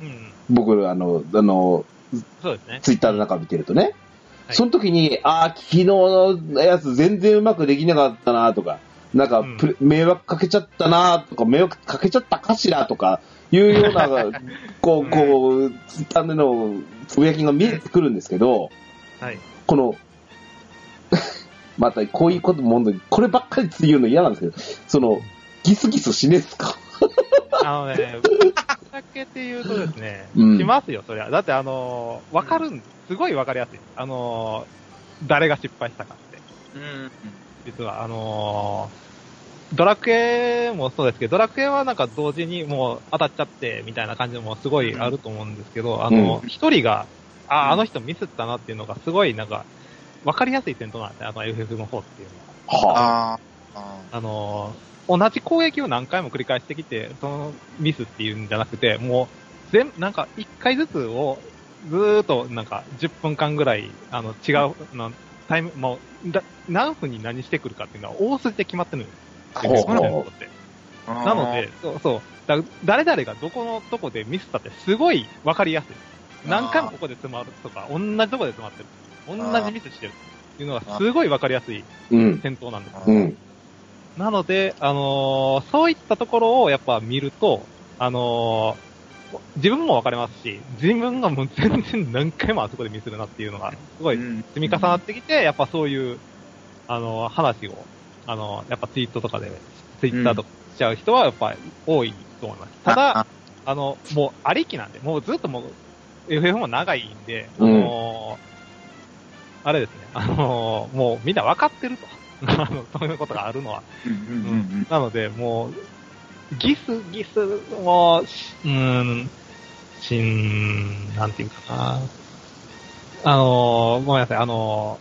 うん。僕、あの、あの、そうですね。ツイッターの中見てるとね。はいその時に、ああ、昨日のやつ全然うまくできなかったなとか、なんかうんプレ、迷惑かけちゃったなとか、迷惑かけちゃったかしらとか、いうような、こう、こう、ツイッターでのつぶやきが見えてくるんですけど、はい。この、またこういうことも、こればっかり言うの嫌なんですけど、その、ギスギスしねえっすかあのね、ぶっちゃけて言うとですね、うんしますよ、そりゃ。だって、あのー、わかるん、すごいわかりやすい。あのー、誰が失敗したかって。うん。実は、あのー、ドラクエもそうですけど、ドラクエはなんか同時にもう当たっちゃって、みたいな感じもすごいあると思うんですけど、あのうー、一、人が、あうんー、あの人ミスったなっていうのがすごいなんか、わかりやすい戦闘なんですね、あの FF の方っていうのは。はあ、あーああのー同じ攻撃を何回も繰り返してきて、そのミスっていうんじゃなくて、もう、全、なんか一回ずつを、ずーっと、なんか、10分間ぐらい、あの、違う、のタイム、もう、だ何分に何してくるかっていうのは、大筋で決まってるのよ。ー。ほうあそうほうなんだのって。あーなので、そうそう。だ誰々がどこのとこでミスったって、すごいわかりやすい。何回もここで詰まるとか、同じとこで詰まってる。同じミスしてる。っていうのがすごいわかりやすいうん。戦闘なんです。あーうん。なので、あのーそういったところをやっぱ見ると、あのー自分もわかりますし、自分がもう全然何回もあそこでミスるなっていうのが、すごいうん積み重なってきて、やっぱそういう、あの、話を、あの、やっぱツイートとかで、ツイッターとかしちゃう人はやっぱり多いと思います。ただ、あ、の、もうありきなんで、もうずっともう、FF も長いんで、うんあのあれですね、あのもうみんな分かってると。 あの、そういうことがあるのは。うんうんうんうんなので、もう、ギス、ギス、もう、しうーん、しん、なんていうかな。あのー、ごめんなさい、あの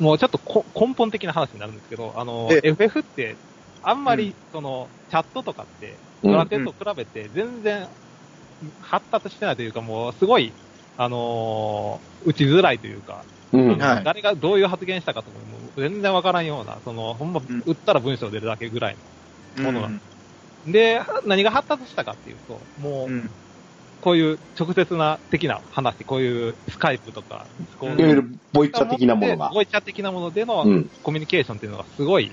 ー、もうちょっとこ根本的な話になるんですけど、あのー、FF って、あんまうり、その、チャットとかって、うドラん。テンと比べて全然発達してないというか、もうすごい、あのー打ちづらいというか、うん。はい誰がどういう発言したかとかも全然わからんような、その、ほんまん、打ったら文章出るだけぐらいうんものがの。で、何が発達したかっていうと、もうう、んこういう直接な的な話、こういうスカイプとか、こううんいわゆるボイチャ的なものがで。ボイチャ的なものでのうん。コミュニケーションっていうのがすごい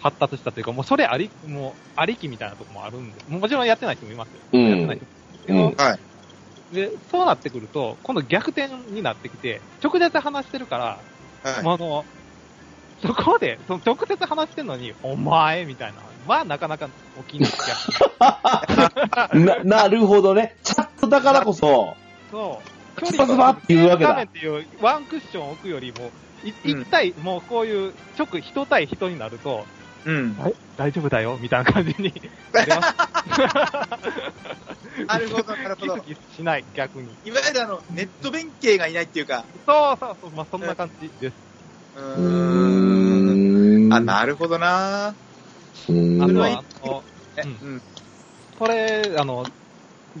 発達したというか、もうそれあり、もう、ありきみたいなとこもあるんで、もちろんやってない人もいますよ。うやってないん人。もいますけどうんはい。で、そうなってくると、今度逆転になってきて、直接話してるから、はい。もうあの、そこで、その直接話してるのに、お前みたいな、まあなかなか起きない。な、なるほどね。チャットだからこそ、そう。スパスパっていうわけだ画面っていうワンクッション置くよりも、いうん一対、もうこういう直人対人になると、うん。大丈夫だよみたいな感じ になります。なるほど、なるほギどス。ギスしない、逆に。いわゆるあの、ネット弁慶がいないっていうか、そうそうそう、まあそんな感じです。ううーん。んあ、なるほどなあうんうとん、はあの、えうんうん。これ、あの、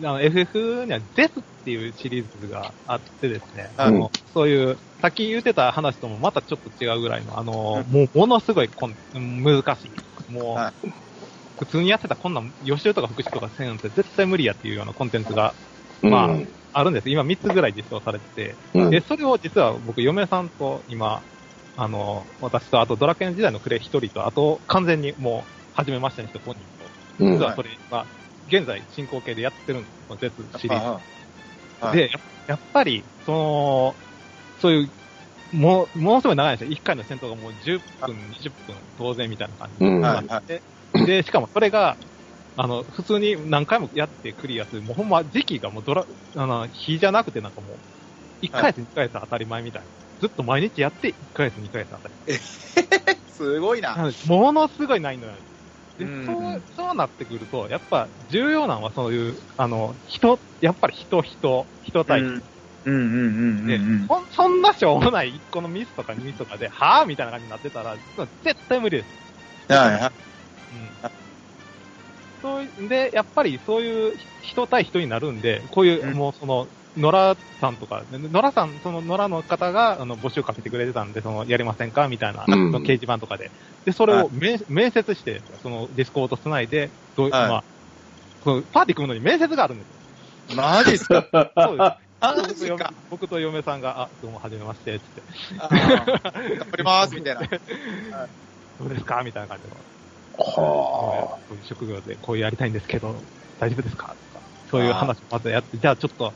あの FF にはデスっていうシリーズがあってですね、あの、そういう、さっき言ってた話ともまたちょっと違うぐらいの、あの、うもうものすごいこん難しい。もう、は普通にやってたらこんなん予習とか復習とかせんのって絶対無理やっていうようなコンテンツがまあうんあるんです。今3つぐらい実装されてうて。んで、それを実は僕、嫁さんと今、あの、私とあとドラケン時代のクレイ一人と、あと完全にもう、初めましての人本人と、う実んはそれ、まあ、現在進行形でやってるんです、この絶シリーズ。はいで、ややっぱり、その、そういう、もう、ものすごい長いんですよ。1回の戦闘がもう10分、20分、当然みたいな感じ。うんはいはい。で、しかもそれが、あの、普通に何回もやってクリアする、もうほんま時期がもうドラ、あの、日じゃなくてなんかもう、1ヶ月、2ヶ月当たり前みたいな。ずっと毎日やって、1ヶ月、2ヶ月当たりすごい前。なな。のでものすごい難易度なんです。で、うんそう、そうなってくると、やっぱ重要なのはそういう、あの、人、やっぱり人、人、人対人。うんうんうんうんうで、んほんそんなしょうもない1個のミスとか2ミスとかで、はぁみたいな感じになってたら、絶対無理です。うん。はいはい。うん。そういで、やっぱりそういう人対人になるんで、こういう、うんもうその、野良さんとか、野良さん、その野良の方があの募集かけてくれてたんで、その、やりませんかみたいな、うんの掲示板とかで。で、それはいを面,、面接して、そのディスコードつないで、どうはいまあ、そのパーティー組むのに面接があ るんですよ。マジっすかそうでマす。僕とジ嫁か。僕と嫁さんが、あ、どうも、はじめまして、つって、あー頑張ります、みたいな。どうですかみたいな感じの、はこういう職業でこうやりたいんですけど、大丈夫ですかとか、そういう話をまずやって、じゃあちょっと、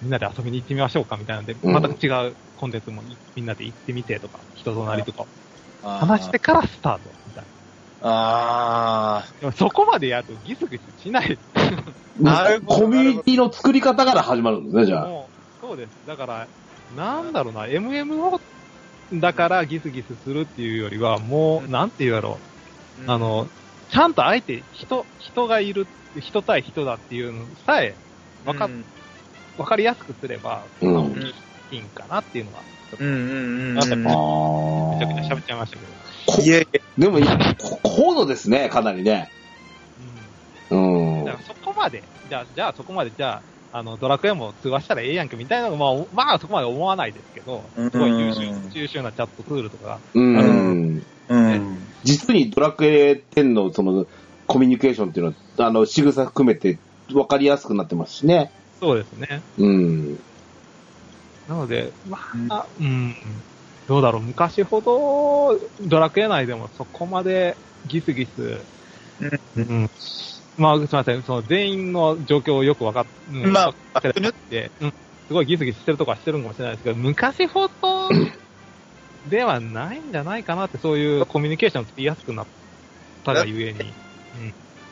みんなで遊びに行ってみましょうかみたいなので、うんまた違うコンテンツもいみんなで行ってみてとか、人となりとか、あー話して。からスタートみたいあな。でもそこまでやるとギスギスしない。なある。ほどコミュニティの作り方から始まるんですね、じゃあ。もう、そうです。だから、なんだろうな、MMO だからギスギスするっていうよりは、もう、なんて言うやろう。ーあ、の、ちゃんと相手、人、人がいる、人対人だっていうのさえ、わかっうんわかりやすくすれば、うん大きいんかなっていうのは、うんうんうんなんかうん。めちゃくあちゃあ喋っ。ちゃいましたけど。いえいえ。でも、こ高度ですね、かなりね。うん。うん。だからそこまで、じゃあ、じゃあそこまで、じゃあ、あの、ドラクエも通話したらええやんけみたいなのが、まあ、まあ、そこまで思わないですけど、うんすごい優秀、優秀なチャットツールとか、うん。うん。実にドラクエ10のそのコミュニケーションっていうのは、あの、仕草含めて分かりやすくなってますしね。そうですね。うん。なので、まうんあ、うん、どうだろう、昔ほどドラクエ内でもそこまでギスギス、ううんんまあ、すみません、その全員の状況をよく分かっ、うん、まあ分かってなくて、うん、すごいギスギスしてるとこはしてるのかもしれないですけど、昔ほ どではないんじゃないかなって、そういうコミュニケーションを取りやすくなったがゆえに。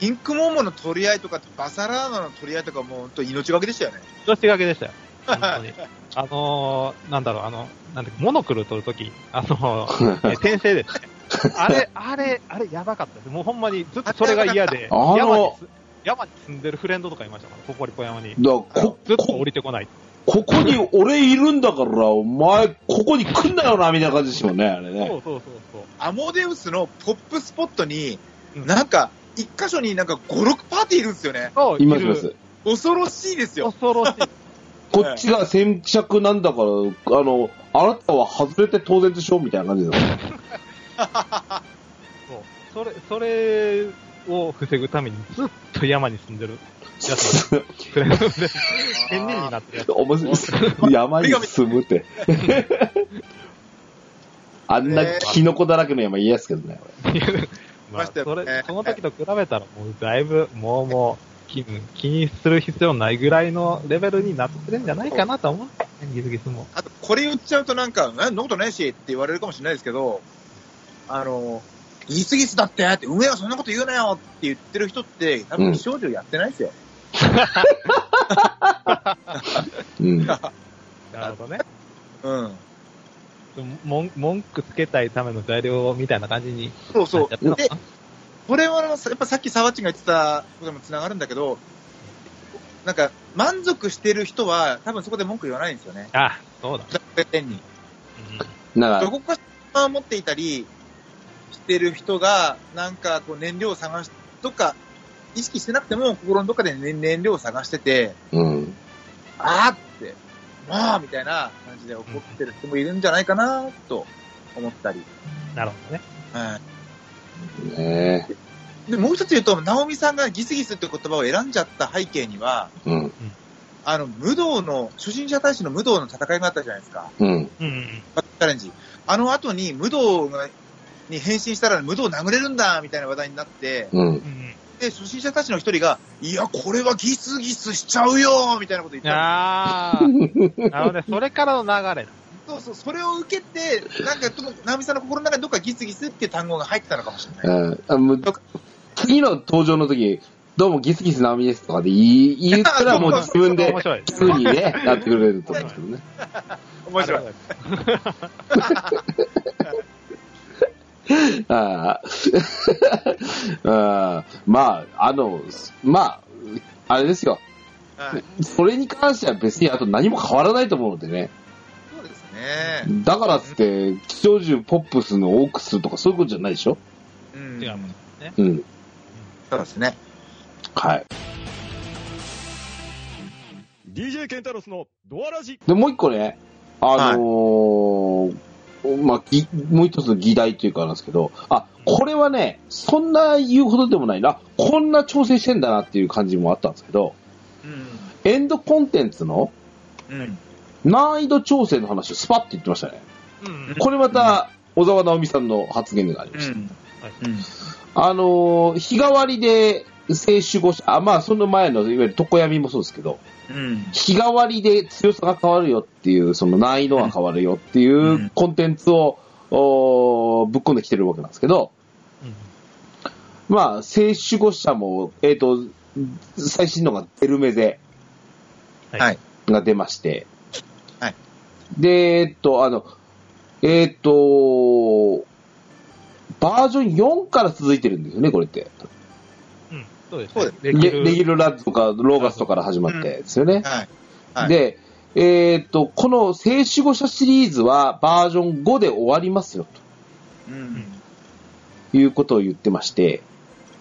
インクモモの取り合いとか、バサラーナの取り合いとか、もう本当命がけでしたよね。年がけでしたよ。本当 に。あのー、なんだろう、あの、なんだっけモノクル取るとき、あのー、え転生ですね。 あれ、あれ、あれ、やばかったです。もうほんまにずっとそれが嫌で、あの山にす山に住んでるフレンドとかいましたから、ポコリポ山に。だからこ、ずっと降こ、りてこない。ここに俺いるんだから、お前、ここに来んなよな、みたいな感じですもんね、あそれうね。そうそうそう。アモデウスのポップスポットに、うんなんか、一箇所になんか5、6パーティーいるんですよね。そういますいます。。恐ろしいですよ。恐ろしい。こっちが先着なんだから、あの、あなたは外れて当然でしょ、みたいな感じですもんね。そう。それ、それを防ぐためにずっと山に住んでるやつ フレンドで、天然になってるやつ。面白い。山に住むって。あんなキノコだらけの山嫌ですけどね。 まあ、ましたよそれね、その時と比べたら、もうだいぶ、もうもう気、気にする必要ないぐらいのレベルになってるんじゃないかなと思う。ギスギスも。あと、これ言っちゃうとなんか、えそんなことないしって言われるかもしれないですけど、あの、言い過ぎすだってって、運営はそんなこと言うなよって言ってる人って、多うん分、少女やってないですよ。うん。なるほどね。うん。文文句つけたいための材料みたいな感じに。そうそうなっちゃったのかでこれは、やっぱさっき沢地が言ってたことにもつながるんだけど、なんか、満足してる人は、多分そこで文句言わないんですよね。なあ、そうだ。点に。などんか、こかしら持っていたりしてる人が、なんかこう燃料を探し、どっか意識してなくても心のどっかで燃燃料を探してて、うん。あーって、まあみたいな感じで怒ってる人もいるんじゃないかなと思ったり。うんなるほどね。はねえ。い、で、もう一つ言うと、ナオミさんがギスギスって言葉を選んじゃった背景には、うん。あの、武道の、初心者大使の武道の戦いがあったじゃないですか。うん。うんうん。バックチャレンジ。あの後に武道が、に変身したら武道殴れるんだみたいな話題になって、うん。うんで、初心者たちの一人が、いや、これはギスギスしちゃうよみたいなこと言っうん。たあー。なので、それからの流れだ。のそうそう、それを受けて、なんか、ちょっと、ナミさんの心の中にどっかギスギスっていう単語が入ってたのかもしれない。うんあもう次の登場の時、どうもギスギスなみですとかで言い 言ったらもう自分で面白いです。普通にね、なってくれると思うんですけどね。面白い。ああ ああまあ、あの、まあ、あれですよ。はいそれに関しては別にあと何も変わらないと思うのでね。そうですね。だからっつって、気象獣ポップスのオークスとかそういうことじゃないでしょうん。違うもんね。うん。そうですね。はい。 DJ ケンタロスのドアラジで、もう一個ね、あのーまあ、ぎもう一つの議題というかなんですけど、あ、これはね、そんな言うほどでもないな、こんな調整してんだなっていう感じもあったんですけど、うん。エンドコンテンツのうん。難易度調整の話をスパッと言ってましたね。うん。これまた、小沢直美さんの発言がありうました。ん。はいうん。あのー日替わりで、聖守護者、あ、まあ、その前の、いわゆる常闇もそうですけど、うん。日替わりで強さが変わるよっていう、その難易度が変わるよっていううんコンテンツを、おーぶっ込んできてるわけなんですけど、まあ、聖守護者も、えっ、と、最新のがデルメゼはい。が出まして、はい。で、えっと、あの、えっ、と、バージョン4から続いてるんですよね、これって。うん。そうですそうで。ねすでレきレるギュララッドとか、ローガスとかから始まってですよね。はい。はいで、えーっと、この聖守護者シリーズはバージョン5で終わりますよ、うん。ということを言ってまして、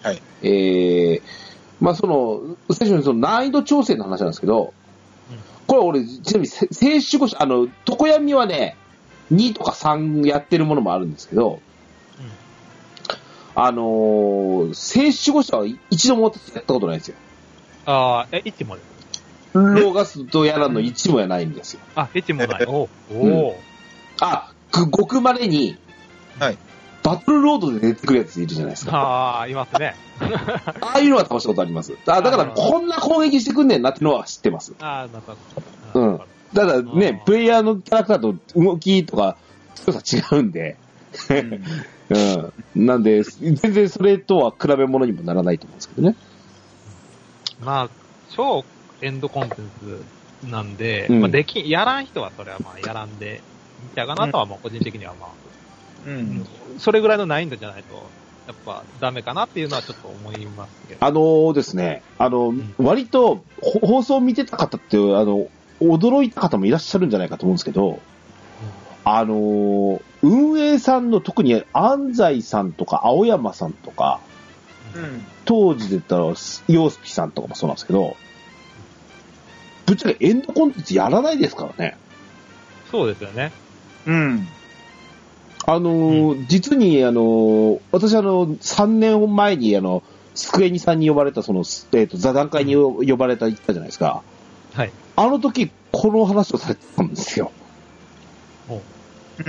はい。えー、まあその、最初にその難易度調整の話なんですけど、うんこれ俺、ちなみにせ聖守護者、あの、常闇はね、2とか3やってるものもあるんですけど、うんあのー、聖守護者は一度もやったことないんですよ。ああ、え、いつもです。ローガスとやらの一もやないんですよ。あ、エッチもない。おうおうあ、くごくまれに、はいバトルロードで出てくるやついるじゃないですか。ああ、いますね。ああいうのは倒したことあります。あだから、こんな攻撃してくんねんなってのは知ってます。ああ、なんか。うんあただあーね、プレイヤーのキャラクターと動きとか、強さ違うんで、うんうん。なんで、全然それとは比べ物にもならないと思うんですけどね。まあ、超エンドコンテンツなんで、うんまあ、できん、やらん人はそれはまあ、やらんで、いちゃうかなとは、まあ、個人的にはまあ、うん。それぐらいの難易度じゃないと、やっぱ、ダメかなっていうのはちょっと思いますけど。あのーですね、あのん、割と、ほ放送見てた方って、あの、驚いた方もいらっしゃるんじゃないかと思うんですけど、あのー運営さんの特に安西さんとか青山さんとか、うん。当時で言ったら、洋介さんとかもそうなんですけど、ぶっちゃけエンドコンテンツやらないですからね。そうですよね。うん。あのー実に、あのー私、あの、3年前に、あの、スクエニさんに呼ばれた、その、すえっ、と、座談会によ呼ばれた、行ったじゃないですか。はい。あの時、この話をされてたんですよ。う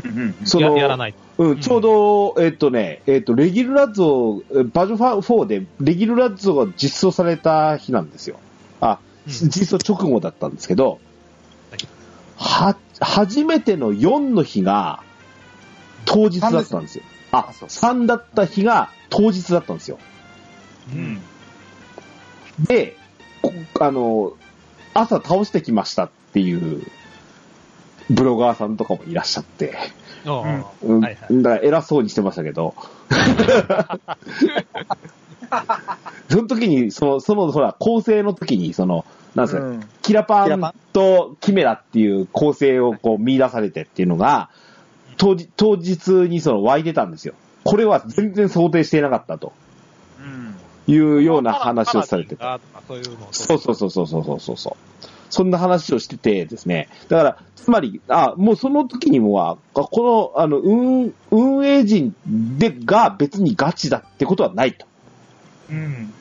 ん。そやの、やらない。うん、ちょうど、えっ、とね、えっ、と、レギュラッゾー、えバージョン4で、レギュラッゾーが実装された日なんですよ。あ、うん実装直後だったんですけど、はいは、初めての4の日が、当日だったんですよ。あ、あそう3だった日が当日だったんですよ。ううんん。で、こあの、朝倒してきましたっていう、ブロガーさんとかもいらっしゃって、おううおうんはいはい。だから偉そうにしてました けど。その時に、その、その、ほら、構成の時に、その、なんですか、うんキラパキラパンとキメラっていう構成をこう見出されてっていうのが、当日、当日にその湧いてたんですよ。これは全然想定していなかったとうん。いうような話をされてた。パラディンがとかそういうのをそうそうそうそうそうそうそう。そんな話をしててですね。だから、つまり、あ、もうその時にもは、あこの、あの、運、運営陣で、が別にガチだってことはないとうん。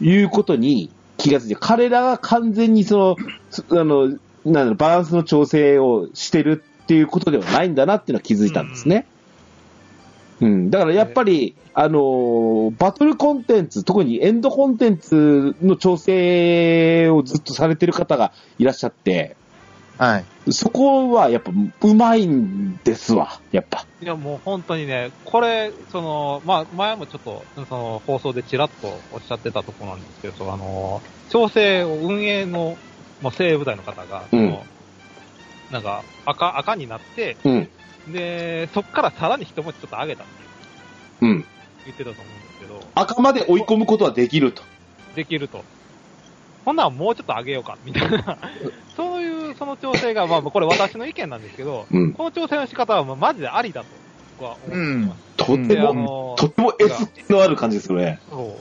いうことに気がついて、彼らが完全にそのす、あの、なんだろうバランスの調整をしてるっていうことではないんだなっていうのは気づいたんですね。うん、だからやっぱり、あのーバトルコンテンツ、特にエンドコンテンツの調整をずっとされてる方がいらっしゃって、はい。そこはやっぱうまいんですわ、やっぱ。いや、もう本当にね、これ、その、まあ、前もちょっと、その、放送でちらっとおっしゃってたところなんですけど、そのあの、調整を運営の、まあ、精鋭部隊の方が、そのなんか、赤、赤になって、うん、で、そっからさらに一文字ちょっと上げたってうん。言ってたと思うんですけど、赤まで追い込むことはできると。できると。ほんならもうちょっと上げようか、みたい な。そういう、その調整が、まあ、これ私の意見なんですけど、うん。この調整の仕方は、まあ、マジでありだと、僕は思ってます。とてで、あも、の、とても S のある感じですよね。そう。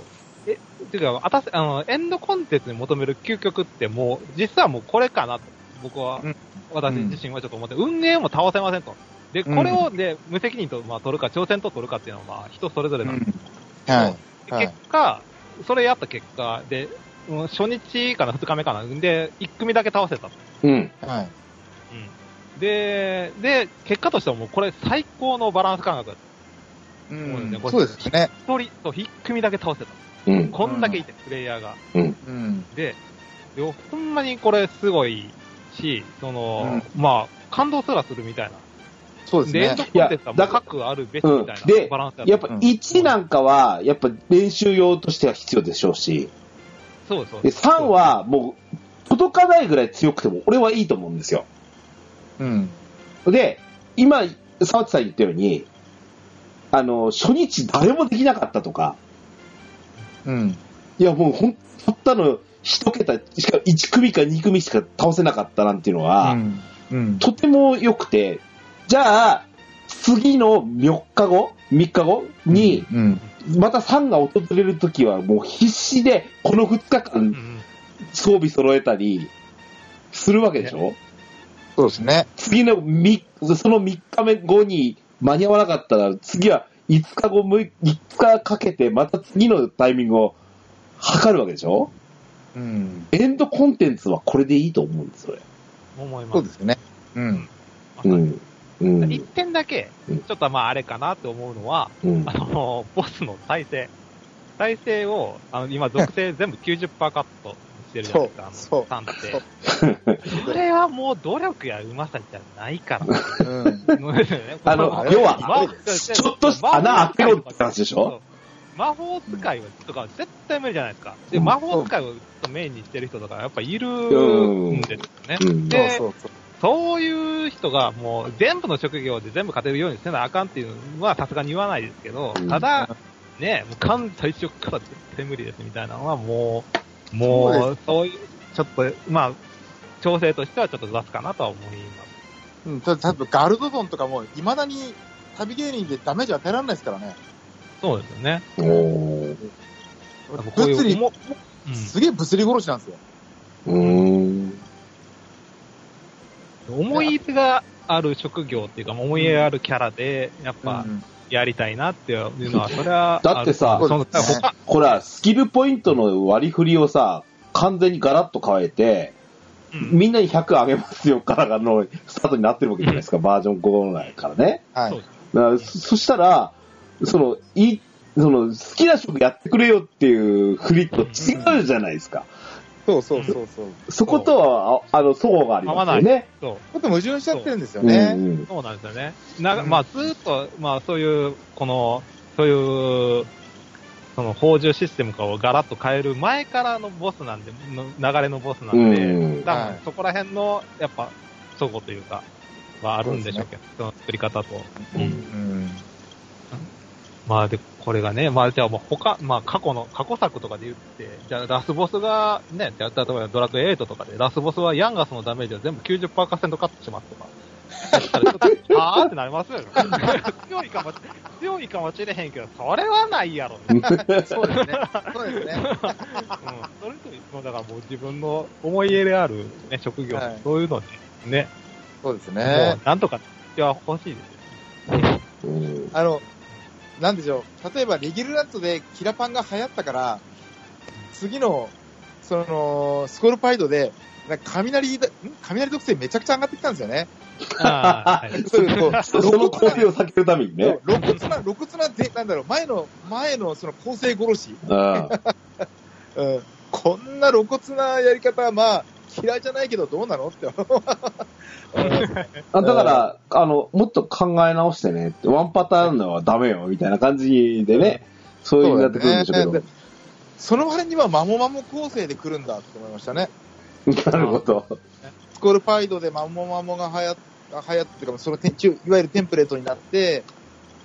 え、てか、私、あの、エンドコンテンツに求める究極ってもう、実はもうこれかなと、僕は、うん私自身はちょっと思って、運営も倒せませんと。で、これを、で、無責任と、まあ、取るか、挑戦と取るかっていうのは、まあ、人それぞれなんですはい。けど、で結果、それやった結果で、うん初日かな、二日目かな、で、一組だけ倒せたと。うん。はい。うん。で、で、結果としてはもうこれ最高のバランス感覚だったうん。そうですね。一人と一組だけ倒せた。うん。こんだけいて、プレイヤーが。うん。で、でほんまにこれすごいし、その、まあ、感動すらするみたいな。そうですで、エンねド。コンテンツはもいやうだ各あるべきみたいうんでなバランスだやっぱ1なんかは、やっぱ練習用としては必要でしょうし、そうですそうでです3はもう届かないぐらい強くても俺はいいと思うんですよ。うん。で、今、沢地さん言ったように、あの、初日誰もできなかったとか、うん。いやもうほん、たったの1桁、しか1組か2組しか倒せなかったなんていうのは、うん。とても良くて、じゃあ、次の4日後、3日後に、うん。また3が訪れるときはもう必死でこの2日う間ん装備揃えたりするわけでしょそうですね。次のみその3日目後に間に合わなかったら次は5日後むい5日かけてまた次のタイミングを測るわけでしょうん。エンドコンテンツはこれでいいと思うんです、それ。思います。そうですね。うん。うん。うん。一点だけ、うんちょっとまああれかなって思うのは、うんあ。の、ボスの耐性。耐性を、あの、今、属性全部90%カットしてるじゃないですか、あの、そう3って。それはもう努力やうまさじゃないから。うん。 あのま要はまちょっとした穴開けろって話でしょそう魔法使いとかは絶対無理じゃないですか。で、魔法使いをずっとメインにしてる人とかやっぱいるんですよね。うんでそうそうそういう人がもう全部の職業で全部勝てるようにせなあかんっていうのはさすがに言わないですけど、うんただ、ね、もう完最初から絶対無理ですみたいなのはもう、そもう、そういう、ちょっと、まあ、調整としてはちょっと雑かなとは思います。そう。うん。た多分ガルドゾンとかも、いまだに旅芸人でダメージ与えられないですからね。そうですよね。おー多分こういう物理、重うん、すげえ物理殺しなんですよ。うーん。思い入れがある職業っていうか、思い入れあるキャラで、やっぱうんやりたいなっていうのは、それは、だってさあるその他、ほら、スキルポイントの割り振りをさ、完全にガラッと変えて、うんみんなに100上げますよからのスタートになってるわけじゃないですか、バージョン5のからね。はそうい。だからそそしたら、その、い、その、好きな職やってくれよっていう振りと違うじゃないですか。そうそうそうそう。そことは、ああの、相互がありますよね。そうちょっと矛盾しちゃってるんですようんね。うんそうなんですよね。なうんまあ、ずーっと、まあ、そういう、この、そういう、その、放獣システムをガラッと変える前からのボスなんで、の流れのボスなうんで、ん多は分いそこら辺の、やっぱ、そごというか、はあるんでしょうけど、その作り方と。うんうん。まあ、で、これがね、まあ、じゃあ、まあ、他、まあ、過去の、過去作とかで言って、じゃあ、ラスボスが、ね、じゃあ、例えばドラクエ8とかで、ラスボスはヤンガスのダメージを全部90%カットしますとか。だったらちょっと、あーってなりますよね。強いかも、強いかもしれへんけど、それはないやろ。うん。そうですね。そうですね。それと一緒、だからもう自分の思い入れある、ね、職業、はいそういうので、ね、そうです もね。うなんとか、いや、欲しいですよ。うんあの、なんでしょう。例えば、レギュラントでキラパンが流行ったから、次の、その、スコルパイドで、なんか雷だ、ん雷特性めちゃくちゃ上がってきたんですよね。あーはい そういうこう、そその構成を避けるためにね。露骨な、露骨なぜ、なんだろう、前の、前のその構成殺し、ううんん、こんな露骨なやり方は、まあ、嫌いじゃないけど、どうなのって思う。あだから、あの、もっと考え直してねって、ワンパターンのはダメよ、みたいな感じでね、そういう風になってくるんでしょうけど。そうだよねその割には、マモマモ構成で来るんだって思いましたね。 なるほど。スコールパイドでマモマモが流行っ流行ってというか、その天中、いわゆるテンプレートになって、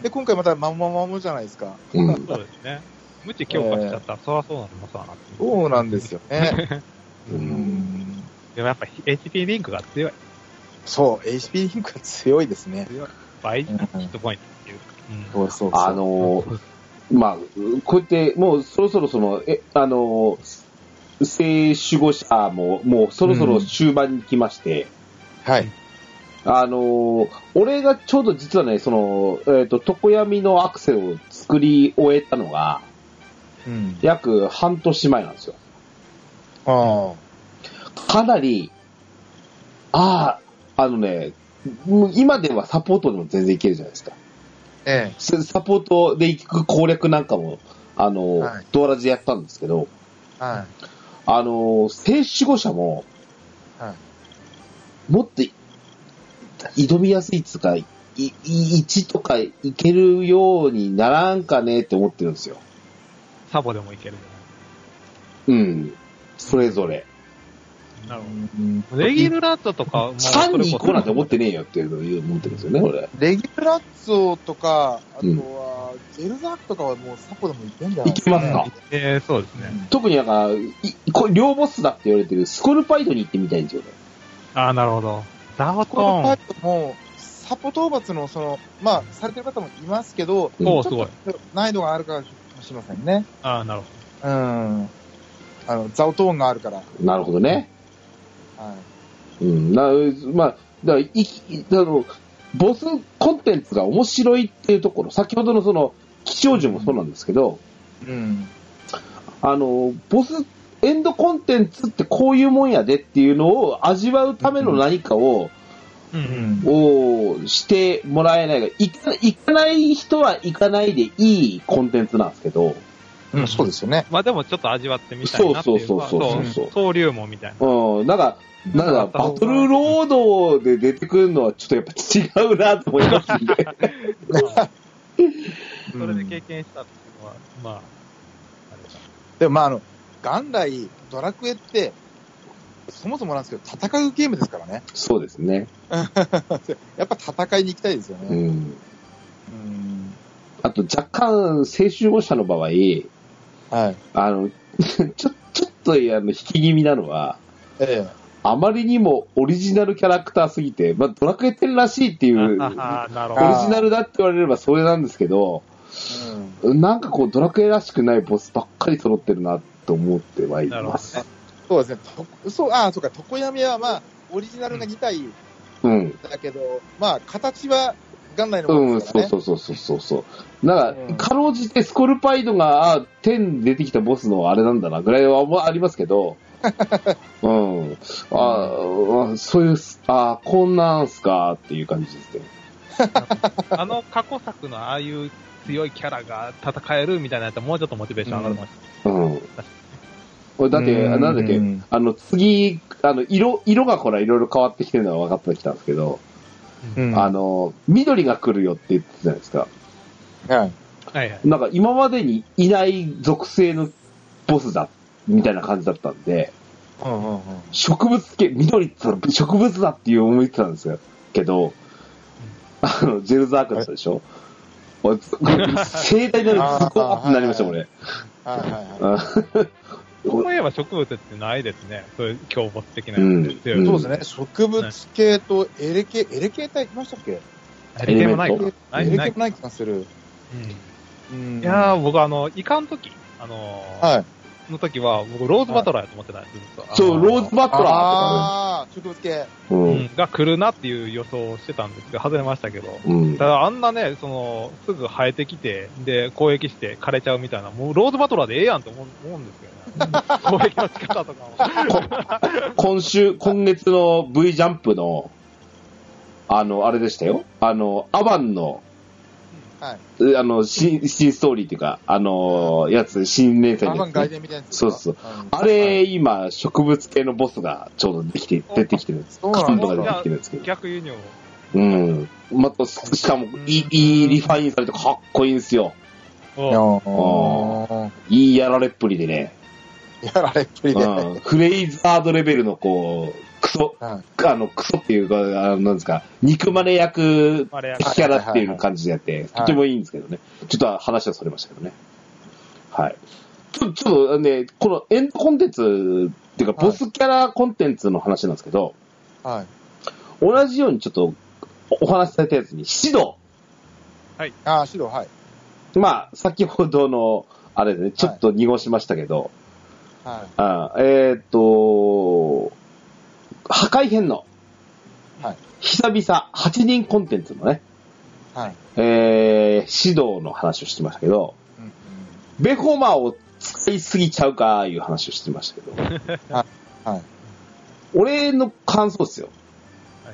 で、今回またマモマモじゃないですか。うん。そうですね。無知強化しちゃったら、そりゃそうなりますわなっていう。そうなんですよね。ううんんでもやっぱ HP リンクが強い。そう、HP リンクが強いですね。倍ヒうんットポイントっていうか。そうそうそう。あのー、まあ、こうやって、もうそろそろその、え、あのー、性守護者も、もうそろそろ終盤に来まして、はい。あのー、俺がちょうど実はね、その、えっ、と、常闇のアクセルを作り終えたのが、うん。約半年前なんですよ。あかなり、ああ、あのね、もう今ではサポートでも全然いけるじゃないですか。あ。えすサポートで行く攻略なんかも、あの、はいドアラジでやったんですけど、え。はあの、聖守護者も、は。もっとい挑みやすいっつうか、いい1とかいけるようにならんかねって思ってるんですよ。サボでもいける。うん。それぞれ。ないるうんほど。レギュラートとか、もうそれこ3そに行こうなんて思ってねえよっていう思ってるんですよね、俺。レギュラッツォとか、あとうんは、ゼルザークとかはもうサポでもいけんじゃない行けますか、えーそうですね。特になんか、いこれ両ボスだって言われてるスコルパイドに行ってみたいんですよね。ああ、なるほど。ダーこのトパーイプも、サポ討伐の、その、まあ、されてる方もいますけど、ン。おーすごい。難易度があるかもしれませんね。ああ、なるほうん。あの、ザオトーンがあるから。はい。なるほどね。うん。な、まあ、だからいいあの、ボスコンテンツが面白いっていうところ、先ほどのその、気象樹もそうなんですけど、うん。あの、ボスエンドコンテンツってこういうもんやでっていうのを味わうための何かを、うんう。うんん。をしてもらえないが、行か行かない人は行かないでいいコンテンツなんですけど、うん、そうですよね。まあでもちょっと味わってみたいなっていうのはそうそうそうそうそう登竜門みたいな。うん、なんか、なんかバトルロードで出てくるのはちょっとやっぱ違うなと思いますんで。それで経験したっていうのは、まあ、あれだでもまあ、あの、元来、ドラクエって、そもそもなんですけど、戦うゲームですからね。 そうですね。やっぱ戦いに行きたいですようね。ん。うん。あと若干、青春後者の場合、はい。あの、 ちょ、ちょっと、あの、引き気味なのは、えあまりにもオリジナルキャラクターすぎて、まあ、ドラクエ10らしいっていう、オリジああ、なるほど。あナルだって言われればそれなんですけど、え。うん。なんかこう、ドラクエらしくないボスばっかり揃ってるなと思ってはいます。なるそうですね。とそう、ああ、そうか、常闇はまあ、オリジナルな擬態うん。だけど、まあ、形は元来のもうのん、ですかそうらね。そうそうそうそうそう。なんか、うんかろうじてスコルパイドが、あ10出てきたボスのあれなんだな、ぐらいはもうあります けど、うん。ああ、そういう、あこんなんすかっていう感じですね。あの過去作のああいう強いキャラが戦えるみたいなやつはもうちょっとモチベーション上がるかもしうん。これだって、うんなんだっけうん、あの、次、あの、色、色がほら、いろいろ変わってきてるのは分かってきたんですけど、れうん。あの、緑が来るよって言ってたじゃないですか。はい。ない。はいはい。なんか、今までにいない属性のボスだ、みたいな感じだったんで、うんうんうん。植物系、緑って言ったら植物だっていう思いってたんですよ。けど、あの、ジェルザークだったでしょ俺ず生態なのにズコーってなりました、俺。はいはいはうんそういえば植物ってないですね。そういう強ボス的なうやんつ強うい。いんそうですね。植物系とエレ系、エレ系体来ましたっけやり手もないエレかメン。なエい、レな系いも。ない気がする。うんいやー、僕あの、いかんとき、あのー、はい。の時は、僕、ローズバトラーやと思ってたんですずっとそう、ローズバトラーとかああ、植物系。ね。う。うんんが来るなっていう予想をしてたんですけど、外れましたけど。うんた。だ、あんなね、その、すぐ生えてきて、で、攻撃して枯れちゃうみたいな、もうローズバトラーでええやんと思う思うんですけどね。攻撃の仕方とかも。今週、今月の V ジャンプの、あの、あれでしたよ。あの、アバンの、はい。うあの、新、新ストーリーっていうか、あの、やつ、新連載アマのやンつね、外伝みたいなやつですか。そううんあれ、、今、植物系のボスがちょうどできて、出てきてるんです。そうな幹ん部だが出てきてるんですけど。逆輸入を。うん。また、しかも、いい、いいリファインされてかっこいいんですよ。おあいいやられっぷりでね。ーやられっぷりで。う ん。フレイザードレベルの、こう、クソ、はいあの、クソっていうか、あのなんですか、肉まね役あれやキャラっていう感じでやって、はいとてもいいんですけどね。ちょっと話はそれましたけどね。はい。ちょ、ちょっとね、このエンドコンテンツっていうか、はいボスキャラコンテンツの話なんですけど、はい。同じようにちょっとおお話しされたやつに、シド。ああ、シド、はい。まあ、先ほどの、あれでね、ちょっと濁しましたけど、はあえーっ、と、破壊編の、はい久々8人コンテンツのね、い。はい。えー、指導の話をしてましたけど、うんうんベホマを使いすぎちゃうかいう話をしてましたけど、 はい。俺の感想ですよ。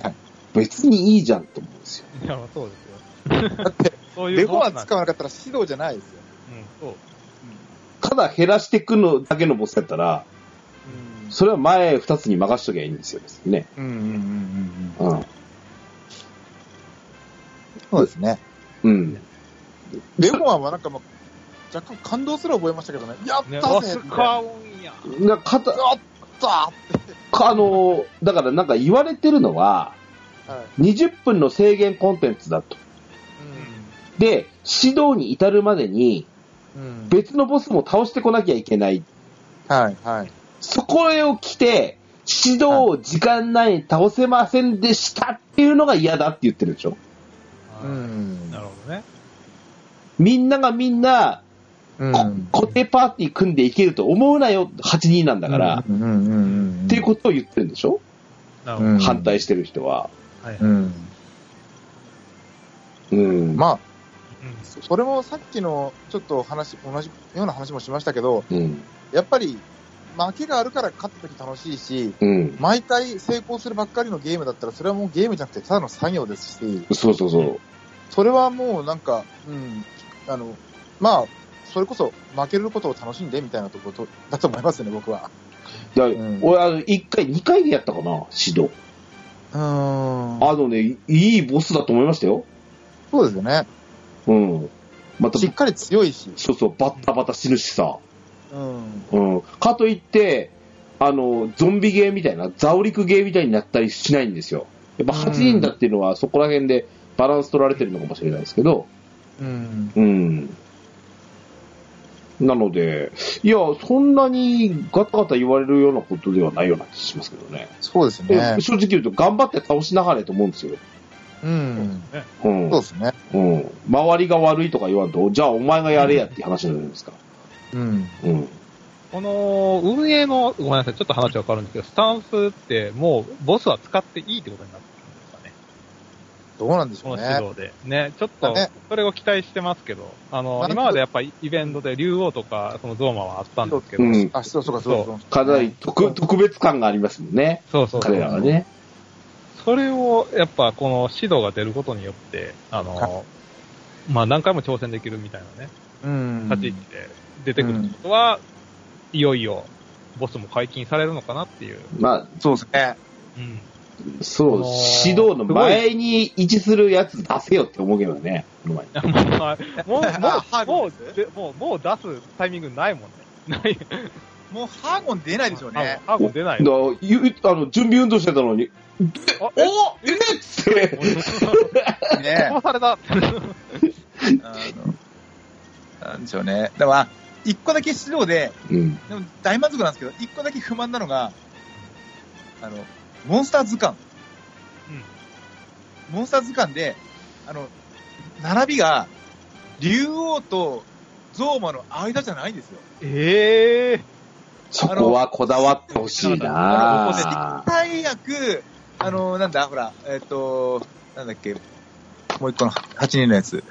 はい別にいいじゃんと思うんですよ。いや、まあそうですよ。だって、 そういうレゴマンボスなん使わなかったらシドじゃないですよ。うん、そう。ただ減らしていくのだけのボスだったら、それは前2つに任しときゃいいんですよ、別にね。うん。うんうんうんうんうん。うん。そうですね。うん。レゴマンはなんかもう、若干感動すら覚えましたけどね。やっね、たオぜスってやっカオンや。だからかたたはあの、だからなんか言われてるのは、い。 20分の制限コンテンツだと。で、指導に至るまでに、うん。うん。別のボスも倒してこなきゃいけない。はい、はい。そこへを来て、指導を時間内に倒せませんでしたっていうのが嫌だって言ってるでしょ。う。なんるほどね。みんながみんな、うこん。固定パーティー組んでいけると思うなよ、8人なんだから、うんうんうんうん。っていうことを言ってるんでしょ、なるうほど。ん反対してる人は。はいはい。うん。うん。まあ、うんそそれもさっきのちょっと話、同じような話もしましたけど、うん。やっぱり負けがあるから勝った時楽しいし、うん。毎回成功するばっかりのゲームだったら、それはもうゲームじゃなくて、ただの作業ですし、そうそうそう。それはもうなんか、うん、あの、まあ、それこそ負けることを楽しんでみたいなところとだと思いますね、僕は。だん俺、あの、1回、2回でやったかな、指導。うーん。あのね、いいボスだと思いましたよ。そうですよね。うん。また、しっかり強いし。そうそう、バッタバタ死ぬしさ。うん。うん。かといって、あの、ゾンビゲーみたいな、ザオリクゲーみたいになったりしないんですよ。やっぱ8人だっていうのは、そこら辺でバランス取られてるのかもしれないですけど、うん。うん。なので、いや、そんなにガタガタ言われるようなことではないような気しますけどね。そうですね。正直言うと、頑張って倒しながらやと思うんですよ。うん。うん。そうですね。うん。周りが悪いとか言わんと、じゃあお前がやれやって話になるんですか。うん。うん。この運営の、ごめんなさい、ちょっと話が変わるんですけど、スタンスってもうボスは使っていいってことになってるんですかね。どうなんでしょこうのね指。導で。ね、ちょっとね、それを期待してますけど、あのな、んと今までやっぱりイベントで竜王とか、そのゾーマはあったんですけど、うんあ、そうそうか、そうそう。かなり特特別感がありますもんね。そうそうそ彼う。らはね。それを、やっぱこの指導が出ることによって、あの、まあ何回も挑戦できるみたいなね、うん。立ち位置で出てくるってことは、いよいよ、ボスも解禁されるのかなっていう。まそうですね。うん。あ、そうあのー、指導の前に位置するやつ出せよって思うけどね、この前に。まあ もう、もうあハー、もゴンうです、でもう、もう出すタイミングないもんね。ない。もうハーゴン出ないでしょうね。あ、もう出ない。だからゆあの、準備運動してたのに、あ、おえっつって、 ね飛ばされあた。のなんでしょうね。だから、一個だけ指導で、うん、でも大満足なんですけど、一個だけ不満なのが、あの、モンスター図鑑。モンスター図鑑で、あの、並びが、竜王とゾーマの間じゃないんですよ。ええそこはこだわってほしいあなの最悪、あの、なんだ、ほら、えっ、と、なんだっけ、もう一個の8人のやつ。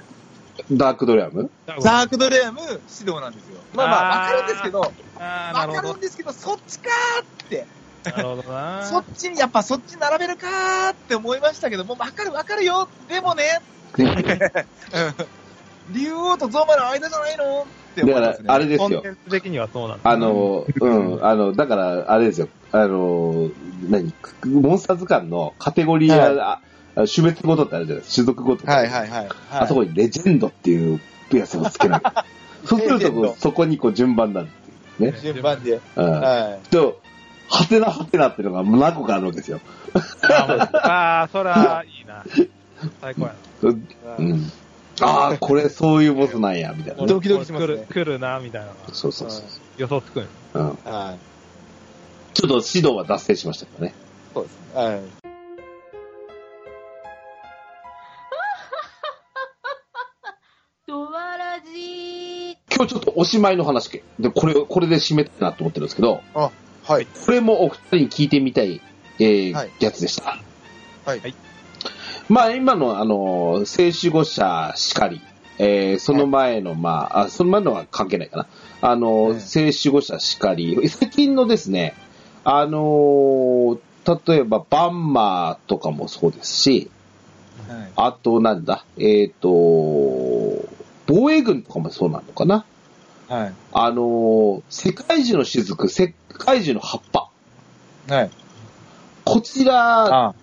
ダークドリアムザークドレアム指導なんですよ。まあまあ、わあーかるんですけど、あーなわるかほるどん。ですけど、そっちかーって、なるほどな。そっちに、やっぱそっち並べるかーって思いましたけど、もうわかるわかるよ、でもね、 竜王とゾウマの間じゃないのって思いますね。だからあれですよコンテンツ的にはそうなんです。あの、うん、あの、だから、あれですよ、あの、何、モンスター図鑑のカテゴリーや、あ種別ごとってあるじゃないですか、種族ごとって。はいはいはい。あそこにレジェンドっていうやつをつ けない。そうするレジェンドと、そこにこう順番なんですよね。順番で。うん。はと、はてなはてなっていうのが何個かあるわけですよ。あもうあー、そら、いいな。最高やい。うん。あ あ、これそういうボスなんや、みたいなな。ね。ドキドキしますね来る、来るな、みたいなのが。そうそうそう予想つくん。そう。うん。はい。ちょっと指導は脱線しましたけどね。そうですね。はい。ドアラジー。今日ちょっとおしまいの話け。で、これ、これで締めたいなと思ってるんですけど、はい。これもお二人に聞いてみたい、えーはいやつでした。はいはいまあ、今の、あの、聖守護者しかり、えーその前の、まあ、あ、その前のは関係ないかな。あの、ええ聖守護者しかり、最近のですね、あのー例えば、バンマーとかもそうですし、はいあと、なんだ、えっ、と、防衛軍とかもそうなのかな。はい。あのー世界中の雫、世界中の葉っぱ。はい。こちら、あ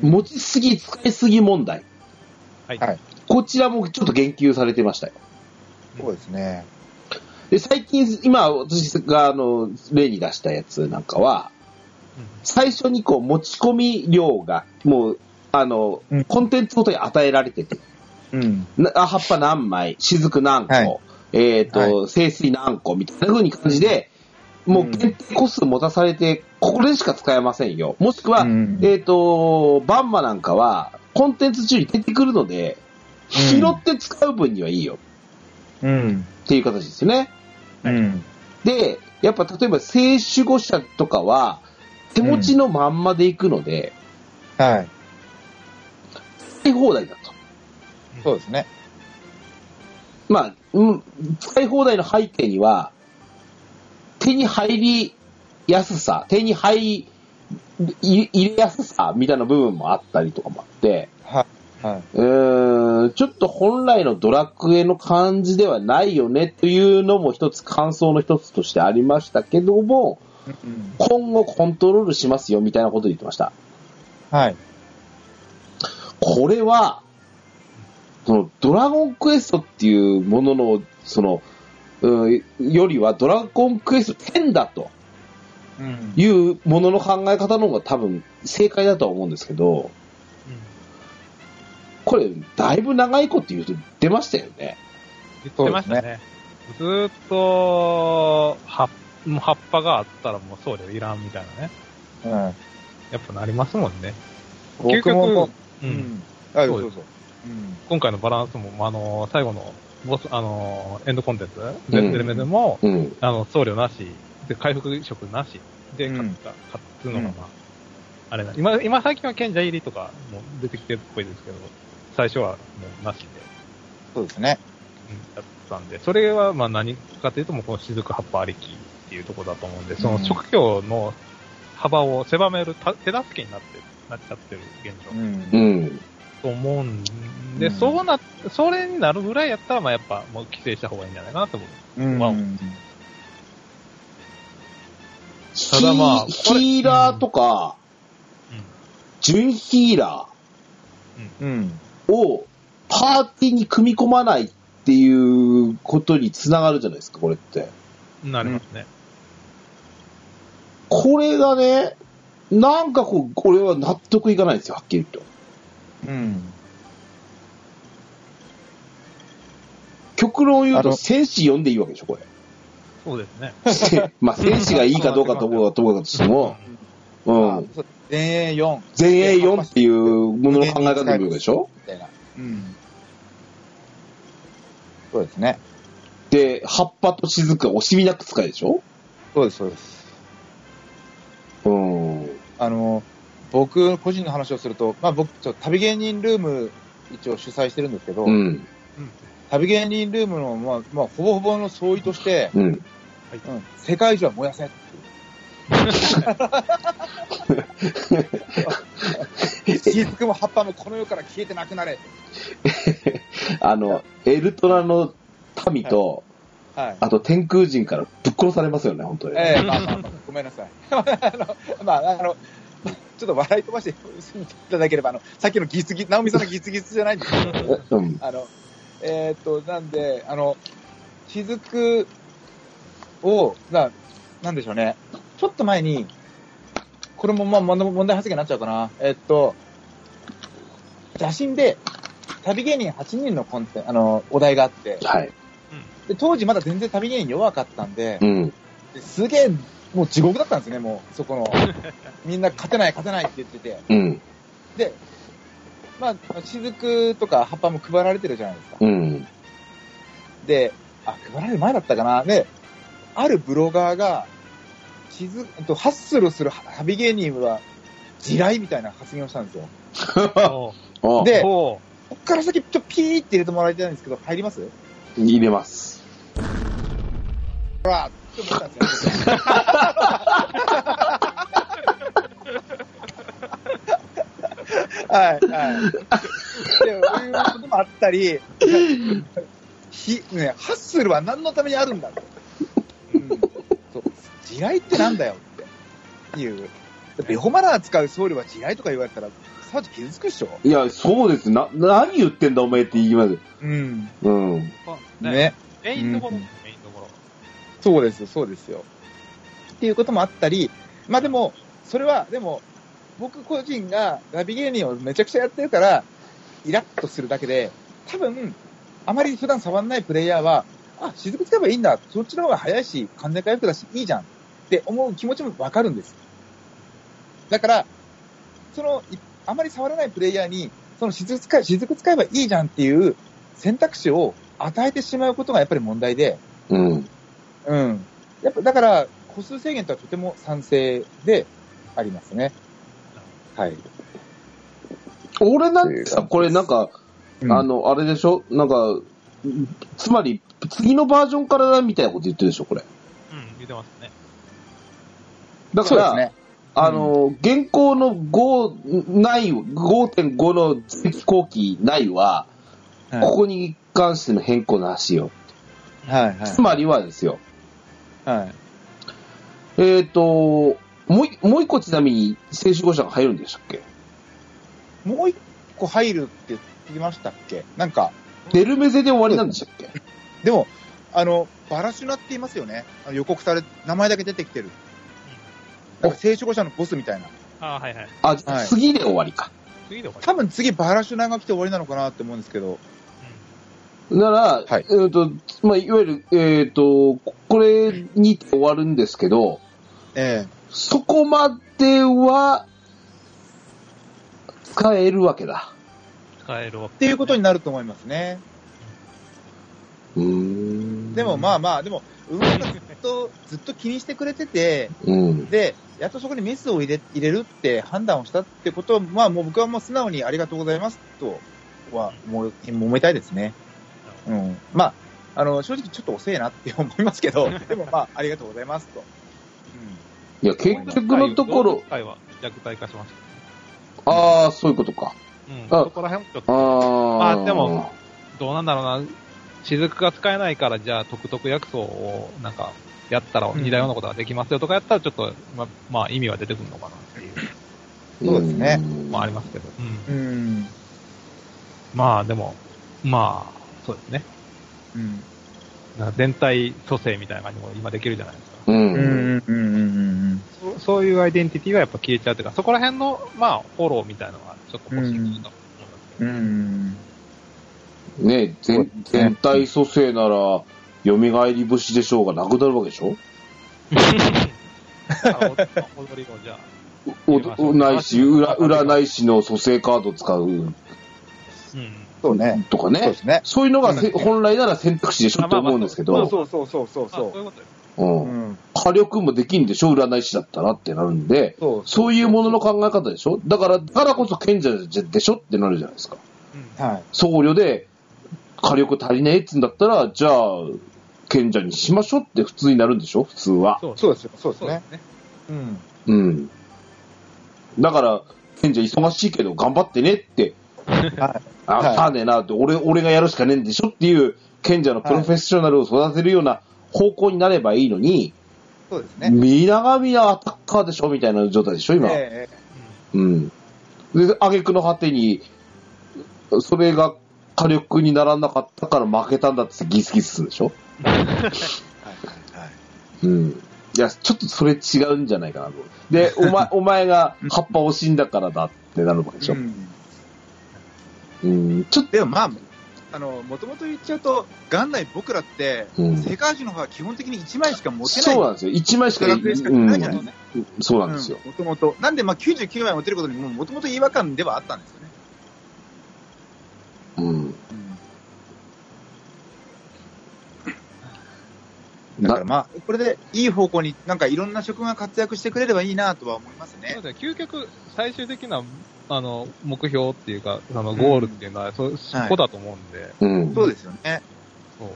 持ちすぎ、使いすぎ問題。はいはいこちらもちょっと言及されてましたよ。そうですね。で、最近、今、私が、あの、例に出したやつなんかは、最初にこう、持ち込み量が、もう、あの、うんコンテンツごとに与えられてて、うん。なあ葉っぱ何枚、雫何個、はいえっ、と、は清水何個みたいな風に感じで、もう限定個数持たされて、これしか使えませんよ。もしくは、うんえっ、と、バンマなんかは、コンテンツ中に出てくるので、拾って使う分にはいいようん。っていう形ですよね。うん。で、やっぱ例えば聖守護者とかは、手持ちのまんまでいくので、はい。使い放題だと。そうですね。まあ、うん、使い放題の背景には、手に入り安さ、手に入り、入れやすさみたいな部分もあったりとかもあって、はい。はい。うーん、ちょっと本来のドラクエの感じではないよねというのも一つ感想の一つとしてありましたけども、うん今後コントロールしますよみたいなこと言ってました。はい。これは、そのドラゴンクエストっていうものの、その、うんよりはドラゴンクエスト10だとうん。いうものの考え方の方が多分正解だとは思うんですけど、これだいぶ長いこと言うと出ましたよね。言ってましたね。ずーっと、葉、もう葉っぱがあったらもう僧侶いらんみたいなね。うんやっぱなりますもんね。究僕極、も、ううんん。あ、そそううでそすう。うん。今回のバランスも、まああの、最後の、ボス、あの、エンドコンテンツ、ベうんストエレメントも、うん。あの、僧侶なし、で、回復食なし、で、うん勝った、勝つのが、まあうんあれな。今、今最近は賢者入りとかも出てきてるっぽいですけど、最初はもうなしで、そうですね。うんやったんで、それは、まあ何かというと、もうこの雫葉っぱありきっていうところだと思うんで、そのうん職業の幅を狭めるた手助けになって、なっちゃってる現状。うんうん。と思うんで、うんそうな、それになるぐらいやったら、まあやっぱ、もう規制した方がいいんじゃないかなと思う。うん。ワオただまあこれヒーラーとか、準ヒーラうん。ーをパーティーに組み込まないっていうことにつながるじゃないですか、これって。うん。なりますね。これがね、なんかこう、俺は納得いかないんですよ、はっきり言うと。うん。極論言うあと、の戦士読んでいいわけでしょ、 これ。そうですね。まあ、戦士がいいかどうかと思うかと思うかとしても、うあん。 そう全英4。前衛4っていうものの考え方でいいわけでしょみたいな。うん。そうですね。で、葉っぱと雫が惜しみなく使えるでしょそうです、そうです。うん。あの、僕個人の話をすると、まあ僕、ちょっと旅芸人ルーム一応主催してるんですけど、うん。旅芸人ルームの、まあ、まあ、ほぼほぼの総意として、うん。うん、世界中は燃やせ。雫も葉っぱもこの世から消えてなくなれ。あの、エルトラの民と、はい。あと天空人からぶっ殺されますよね、本当に。ええまあまあまあ、ごめんなさい。 あの、まあ、あの、ちょっと笑い飛ばして いただければ、あの、さっきのギスギス、ナオミさんのギスギスじゃないんですけど、うん。あの、えーっと、なんで、あの、雫を、な、なんでしょうね。ちょっと前に、これもまあ問題問題発言になっちゃうかな。えーっと、写真で、旅芸人8人のコンテンあの、お題があって、はい。で、当時まだ全然旅芸人弱かったんでう、ん。ですげえ、もう地獄だったんですね、もう、そこの。みんな勝てない、勝てないって言ってて。うん。で、まあ、雫とか葉っぱも配られてるじゃないですか。うん。で、あ、配られる前だったかな。で、あるブロガーが、地図、えっとハッスルする旅芸人は地雷みたいな発言をしたんですよ。そあでう。そこっから先、ちょっとピーって入れてもらいたいんですけど、入ります入れます。ほらって思ったんですよ。はい、はい。で、そういうこともあったり、ひね、ハッスルは何のためにあるんだと。うん。そう。地雷ってなんだよっていう。ベホマナー使う僧侶は地雷とか言われたら、サーチ傷つくっしょいや、そうです。な、何言ってんだお前って言います。うん。うん。う。ね。ね。メインところ、メインところ。そうです、そうですよ。っていうこともあったり、まあでも、それは、でも、僕個人がラビ芸人をめちゃくちゃやってるから、イラッとするだけで、多分、あまり普段触んないプレイヤーは、あ、雫使えばいいんだ、そっちの方が早いし、完全回復だし、いいじゃんって思う気持ちもわかるんです。だから、その、いあまり触らないプレイヤーに、その雫使え、雫使えばいいじゃんっていう選択肢を与えてしまうことがやっぱり問題で、うん。うん。やっぱ、だから、個数制限とはとても賛成でありますね。はい。俺なんてさ、これなんか、ああの、の、あれでしょなんか、つまり、次のバージョンからだみたいなこと言ってるでしょ、これ。うん、言ってますね。だかそうでら、すね。あの、現行の5ない、5.5の前期後期ないは、はいここに関しての変更なしよ。はいつまりはですよ、はい。はい。えっ、と、もうい、もう一個ちなみに、正式号車が入るんでしたっけもう一個入るって言ってましたっけなんか、デルメゼで終わりなんでしたっけでも、あの、バラシュナって言いますよね。あの予告され、名前だけ出てきてる。なんか聖職者のボスみたいな。ああ、はいはい。あ、じゃあはい次で終わりか。次で終わり多分次バラシュナが来て終わりなのかなって思うんですけど。なら、はいえっ、と、まあ、いわゆる、えっ、と、これにて終わるんですけど、えそこまでは、使えるわけだ。うん使えるわえ。っていうことになると思いますね。うーんでもまあまあ、でも、うんがずっと、ずっと気にしてくれてて、うん。で、やっとそこにメスを入れ入れるって判断をしたってことは、まあもう僕はもう素直にありがとうございますとは思い思いたいですね。うん。まあ、あの、正直ちょっと遅えなって思いますけ ど、でもまあ、ありがとうございますと。いや、結局のところ今、回は弱体化しましああ、そういうことか。た。うあん。そこら辺もちょっあと、あ。あでも、どうなんだろうな。雫が使えないから、じゃあ、特特薬草を、なんか、やったらん似たようなことができますよとかやったら、ちょっと、ま、まあ、意味は出てくるのかなっていう、そうですねうんまあ、ありますけど。うんうん。うん。まあ、でも、まあ、そうですね。うん。なんか全体蘇生みたいな感じも今できるじゃないですか。う。うんん。うん。うんうん。そそういうアイデンティティがやっぱ消えちゃうというか、そこら辺の、まあ、フォローみたいなのがちょっと欲しいと思うんですけうど。ん。ね全全体蘇生なら、蘇り節でしょうがなくなるわけでしょ あお踊りをじゃあ。おいやそうおないし、そう裏、占い師の蘇生カード使ううん。そうね。とかそうねで。すね。そういうのがせうん本来なら選択肢でしょって思うんですけまあど、そうそうそうそうあそうそいうことです。うう。うんん。火力もできんでしょ占い師だったらってなるんで、そうそういうものの考え方でしょだから、だからこそ賢者でしょってなるじゃないですか。うん。はい。僧侶で火力足りねえっつうんだったら、じゃあ、賢者にしましょうって普通になるんでしょ普通は。そうそうですよ。そうですそうでね。すね。うん。うん。だから、賢者忙しいけど頑張ってねって、はあ、はいさあねえなって、俺、俺がやるしかねえんでしょっていう、賢者のプロフェッショナルを育てるような方向になればいいのに、そうですね。皆が皆アタッカーでしょみたいな状態でしょ今。ええうん。で、挙句の果てに、それが火力にならなかったから負けたんだってギスギスするでしょはいはい。うん。いや、ちょっとそれ違うんじゃないかなと。で、お 前、お前が葉っぱ惜しんだからだってなるわけでしょう。んうん。ちょっと、でもまあ、あの、もともと言っちゃうと、元来僕らって、うん世界中の方は基本的に1枚しか持てない。そうなんですよ。1枚しか、う学園しかないじゃないですんか。そうなんですよ。もともと。なんで、まあ、99枚持てることにも、もともと違和感ではあったんですよね。うん。だからな、まあ、これでいい方向に、なんかいろんな職が活躍してくれればいいなとは思いますそねう。ですね。究極、最終的な、あの、目標っていうか、あの、ゴールっていうのは、そ、そこだと思うんで、うん。そうですよね。そう。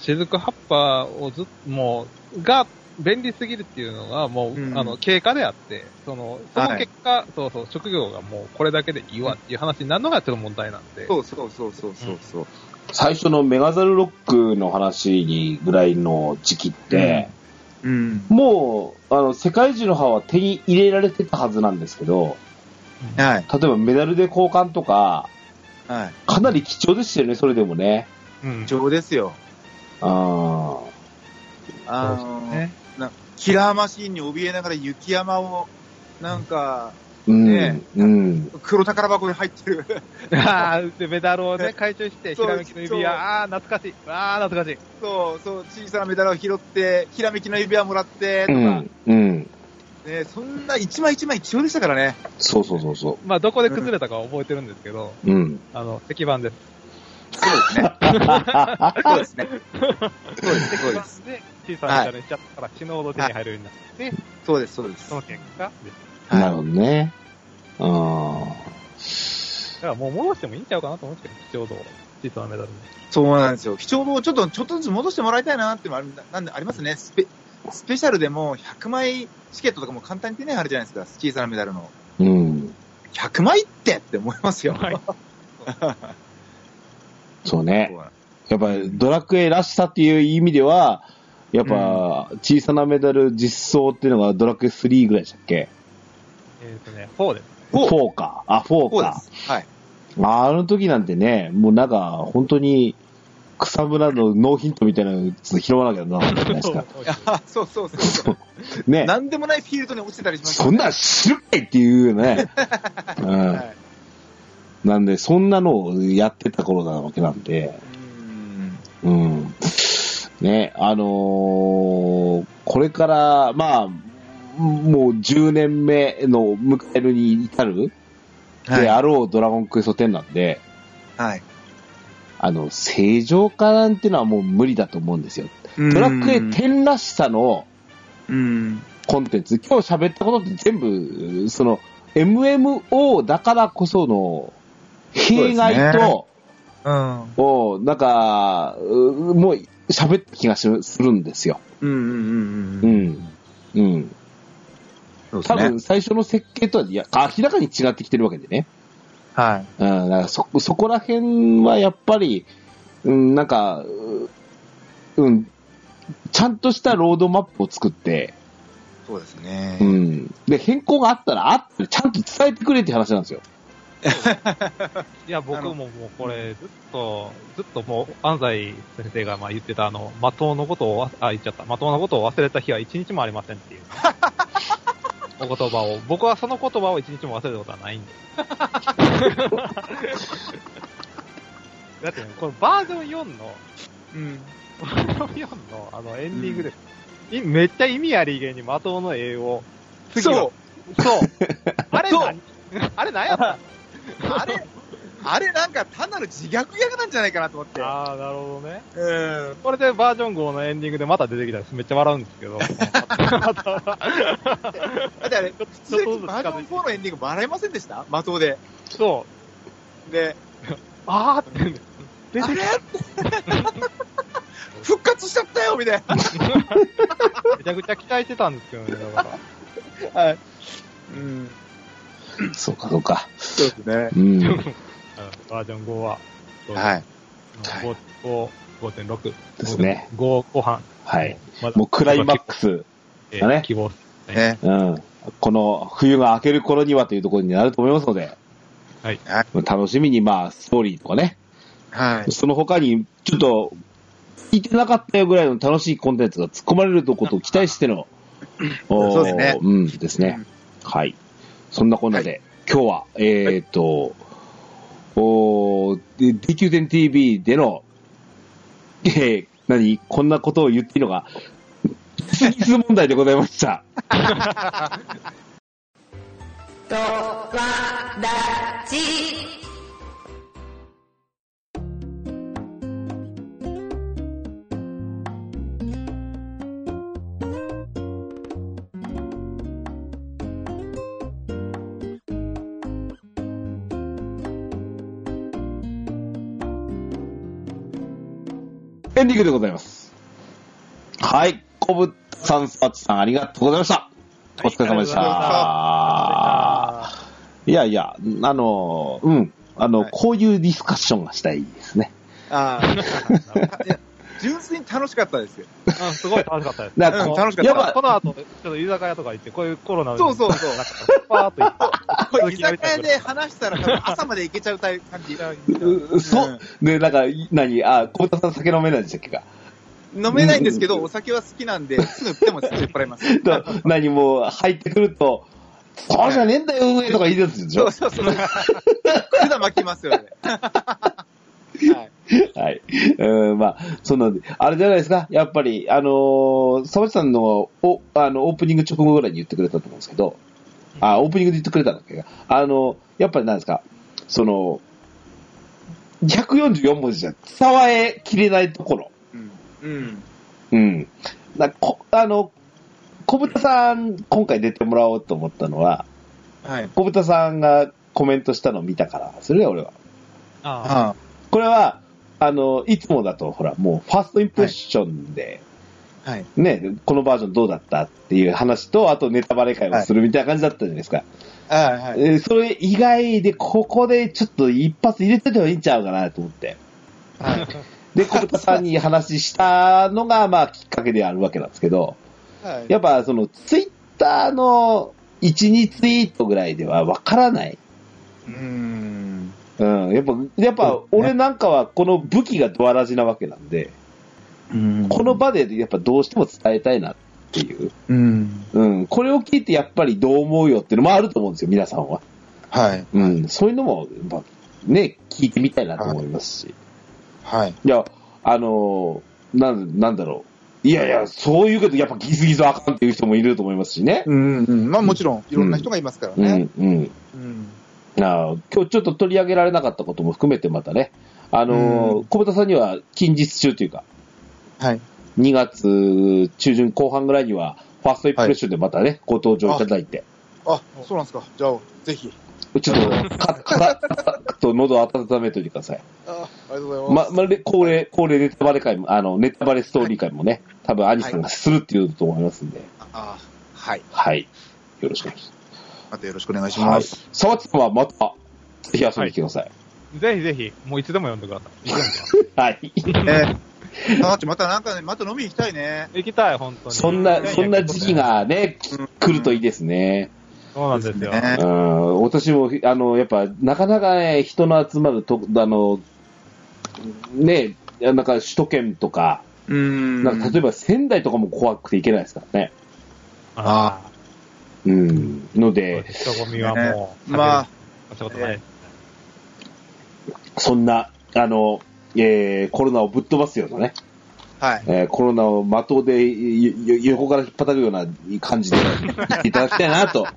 雫葉っぱをずっもう、が、便利すぎるっていうのが、もう、うんあの、経過であって、その、その結果、そうそう、職業がもうこれだけでいいわっていう話になるのがちょっと問題なんで。そうそうそうそうそうそう。最初のメガザルロックの話にぐらいの時期って、うん。もう、あの、世界中の歯は手に入れられてたはずなんですけど、はい。例えばメダルで交換とか、はい。かなり貴重でしたよね、それでもね。うん。情ですよ。ああのー、なキラーマシーンに怯えながら雪山を、なんか、ーうん、ねうん。黒宝箱に入ってる。 ああ、で、メダルをね、回収して、ひそうらめきの指輪、そうああー、懐かしい。ああ、懐かしい。そうそう、小さなメダルを拾って、ひらめきの指輪もらって、うとか、ん、うん。ね、そんな一枚一枚貴重でしたからね。そうそうそうそまあ、どこで崩れたかは覚えてるんですけど、う。うん。あの、石板です。そうですね。そうですね。そうです、そうです。石板で、小さなメダルにしちゃったから、死ぬほど手に入るようになって、そうです、そうですそ。の結果です。なるほどね。あだからもう戻してもいいんちゃうかなと思うんですけど、貴重度を、小さなメダルに。そうなんですよ。貴重度をちょっと、ちょっとずつ戻してもらいたいなってもある、なんで、ありますね。スペ、スペシャルでも100枚チケットとかも簡単に手に入るじゃないですか、小さなメダルの。うん。 100枚ってって思いますよ。はいそうね。やっぱりドラクエらしさっていう意味では、やっぱ小さなメダル実装っていうのがドラクエ3ぐらいでしたっけ えっ、とね、4です。フォー ?4 か。あ、そ4うでか。す。はい。あの時なんてね、もうなんか本当に草むらのノーヒントみたいなのちょっと拾わなきゃならなかったじゃないですか。いやそうそうそう そう。ね。なんでもないフィールドに落ちてたりしますそんなん知るかいってい うね。うはん。い。なんで、そんなのをやってた頃なわけなんで、うん。うん。ね、あのーこれから、まあ、もう10年目の迎えるに至るはいであろうドラゴンクエスト10なんで、はい。あの、正常化なんてのはもう無理だと思うんですよ。ドラクエ10らしさのうん。コンテンツ、今日喋ったことって全部、その、MMO だからこその、弊害と、うん。を、なんか、うもう喋った気がするするんですよ。うんうんうんううん。ん。うん。そうです多ね。分最初の設計とは、いや、明らかに違ってきてるわけでね。はい。うん、だからそ、そこら辺はやっぱり、うん、なんか、ううん、ちゃんとしたロードマップを作って、そうですねう。ん。で、変更があったら、あったらちゃんと伝えてくれって話なんですよ。いや、僕ももうこれ、ずっと、ずっともう、安西先生がまあ言ってた、あの、まとうのことを、あ、言っちゃった、まとうのことを忘れた日は一日もありません っていう、お言葉を、僕はその言葉を一日も忘れたことはないん です。だってね、このバージョン4の、うん。バージョン4の、あの、エンディングです。いめっちゃ意味ありげにまとうの絵を、次のそう。 そう。あれそう何あれ何やったあれ、あれなんか単なる自虐役なんじゃないかなと思って。ああ、なるほどね。うん。これでバージョン5のエンディングでまた出てきたらめっちゃ笑うんですけど。まただってあれ、普ちょっ通とにずつバージョン近づいて4のエンディング笑いませんでした的で。そう。で、あーって。出あてれき復活しちゃったよみたい た。めちゃくちゃ期待してたんですけどね、だから。な。はい。うん。そうか、そうか。そうですね。うん。うんバージョン5は。。はいい。 5 5 5.6ですね。 5後半。はい。まだ。もうクライマックス、えだねー希望。ね。うん。この冬が明ける頃にはというところになると思いますので、はい。楽しみに、まあ、ストーリーとかね、はい。その他に、ちょっと、聞いてなかったよぐらいの楽しいコンテンツが突っ込まれるとことを期待しての、おーそうですねうん、ですね。はい。そんなこんなで、今日は、えーっと、おーで DQ10TV での、えー、何こんなことを言っていいのか、ギスギス問題でございました。とわだち。エンディングでございます。はい。小ぶさん、さつさん、ありがとうございました。お疲れ様でしありた。いやいや、あの、うん。あの、はいこういうディスカッションがしたいですね。ああ、純粋に楽しかったですよ。うんすごい楽しかったです。だうんこう楽しかったやっこぱ、の後、ちょっと居酒屋とか行って、こういうコロナのそうそうそうなんかパーっと行っこて。れ居酒屋で話したら多分朝まで行けちゃうタイプ感 じ。うそうんう、ね、なんか、い何、あ、小ぶさん酒飲めないんでしたっけか。飲めないんですけど、お酒は好きなんで、すぐ売ってもすぐ酔っ払います。 だ何もう入ってくると、そうじゃねえんだよ、上とか言い出すでしそょう。そうそう。 管巻きますよ ね。はい。はい。うん、まあ、そんなんで、あれじゃないですか、やっぱり、あのー、沢地さんの、お、あの、オープニング直後ぐらいに言ってくれたと思うんですけど、あ、オープニングで言ってくれたんだっけあの、やっぱりなんですか、その、144文字じゃ伝わえきれないところ。うん。うん。うん。なこあの、小豚さん、今回出てもらおうと思ったのは、はい。小豚さんがコメントしたのを見たから、それだよ、俺は。ああこれは、あの、いつもだと、ほら、もう、ファーストインプレッションで、はい。ね、このバージョンどうだったっていう話と、あとネタバレ会をするみたいな感じだったじゃないですか。はい、はい。えーそれ以外で、ここでちょっと一発入れててもいいんちゃうかなと思って。はい。で、小豚さんに話したのが、まあ、きっかけであるわけなんですけど、はい。やっぱ、その、ツイッターの1、2ツイートぐらいではわからない。うーん。うん、やっぱ、やっぱ、俺なんかはこの武器がドアラジなわけなんで、うんこの、場でやっぱどうしても伝えたいなっていう。うん。うん、これを聞いてやっぱりどう思うよっていうのもあると思うんですよ、皆さんは。はい。うん、そういうのも、まあ、ね、聞いてみたいなと思いますし。はい。いや、あのーなん、なんだろう。いやいや、そういうけど、やっぱギスギスあかんっていう人もいると思いますしね。うん、うん。まあもちろん、いろんな人がいますからうね。ん、うん。うん。あー今日ちょっと取り上げられなかったことも含めてまたね、あのーうん小畑さんには近日中というか、はい。 2月中旬後半ぐらいには、ファーストインプレッションでまたね、ご登場いただいて、あ、そうなんですか。じゃあ、ぜひ。ちょっと、 か、か、かと喉を温めておいてください。あ、ありがとうございま。、ますま、で恒例、恒例ネタバレ会も、あの、ネタバレストーリー会もね、多分、兄さんがするっていうと思いますんで、あ、はい。はい。よろしくお願いしまたよろしくお願いしま。ますす。はい。沢地さんはまた、ぜひ遊びに来てください。ぜひぜひ、もういつでも呼んでください。はい。ねえ。さあちまたなんかね、また飲みに行きたいね。行きたい、本当に。そんな、そんな時期。がね、き来るといいですね。そうなんですよ。ねうん、私も、あの、やっぱ、なかなかね、人の集まると、あの、ね、なんか首都圏とか、うんなんか例えば仙台とかも怖くて行けないですからね。あうん。のあ。で、人混みはもう、まあ、避ける仕事ない。そんな、あの、えーコロナをぶっ飛ばすようなね、はい。えーコロナを的でよよ横から引っ張たくような感 じで行っていただきたいなと。は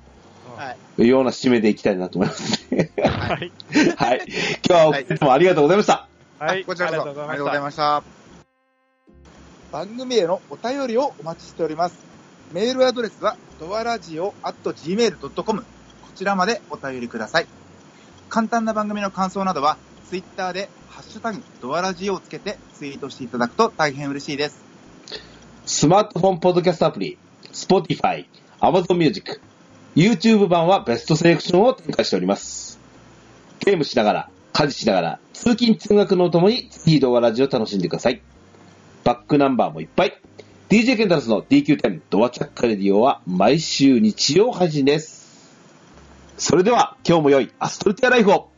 いい。うような締めでいきたいなと思いますね。はい。はい。 今日はお二人ともありがとうございました。はい。こちらこそ、ありがとうございまました。番組へのお便りをお待ちしております。メールアドレスは、ドアラジオ at gmail.com。こちらまでお便りください。簡単な番組の感想などは、ツイッターで、ハッシュタグ、ドアラジオをつけてツイートしていただくと大変嬉しいです。スマートフォンポッドキャストアプリ、Spotify、Amazon Music、YouTube 版はベストセレクションを展開しております。ゲームしながら、家事しながら、通勤通学のともに、ぜひ動画ラジオを楽しんでください。バックナンバーもいっぱい。DJ ケンタロスの DQ10 ドアチャッカレディオは毎週日曜配信です。それでは、今日も良いアストルティアライフを。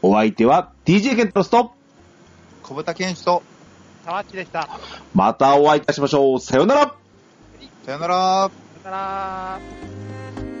お相手は DJ ケンタロスと、小豚健志と、した。たわっちでした。さよまたお会いいたしましょう。さようならさよなら。なら。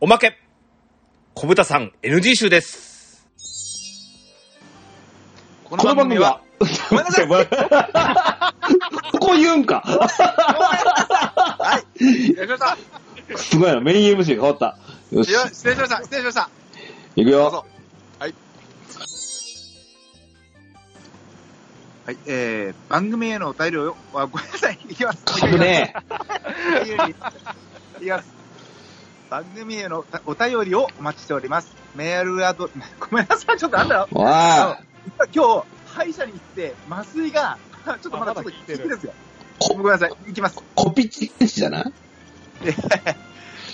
おまけ小豚さん NG 集です。ここの番組は、ごめんなさいここ言うんか。失礼しました。すごいな、メイン MC が変わった。よし、失礼しました。失礼しました。いくどうよ。ぞ。はい。はい、えー、番組へのお便りを、あごめんなさい、いきます。危ねいきますいきます。番組へのお便りをお待ちしております。メールアド、 ごめんなさい、ちょっとなんだろうえ。。わあ、今日、歯医者に行って、麻酔が、 ちょっとまだちょっと効いてるんですよ。ごめんなさい、いきます。コピチ天使だな。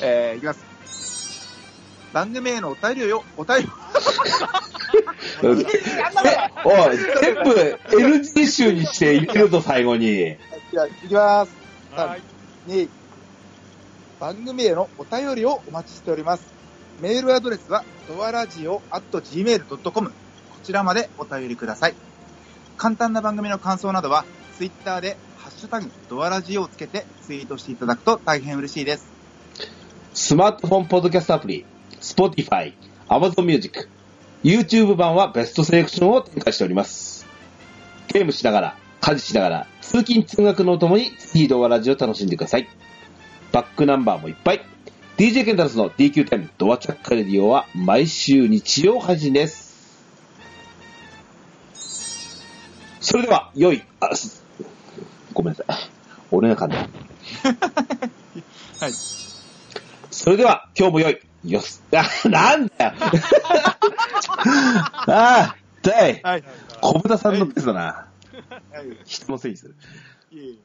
えー、いきます。番組へのお便りを、お便りえ、おをい、、全部 NG 集にしていけるぞ、最後に。じゃあ、いきます。はい。に番組へのお便りをお待ちしております。メールアドレスは、ドアラジオ at gmail.com。こちらまでお便りください。簡単な番組の感想などは、ツイッターで、ハッシュタグ、ドアラジオをつけてツイートしていただくと大変嬉しいです。スマートフォンポッドキャストアプリ、Spotify、 Amazon Music、YouTube 版はベストセレクションを展開しております。ゲームしながら、家事しながら、通勤通学のともに、スピードワラジを楽しんでください。バックナンバーもいっぱい。DJ ケンタロスの DQ10 ドアチャッカレディオは毎週日曜配信です。それでは、良い、あ、すごめんなさい。俺が噛んだ。はい。それでは、今日も良い、よす、あ、なんだよ。 ああ、だい。はい。小豚さんのペースだな。はい人のせいにする。いい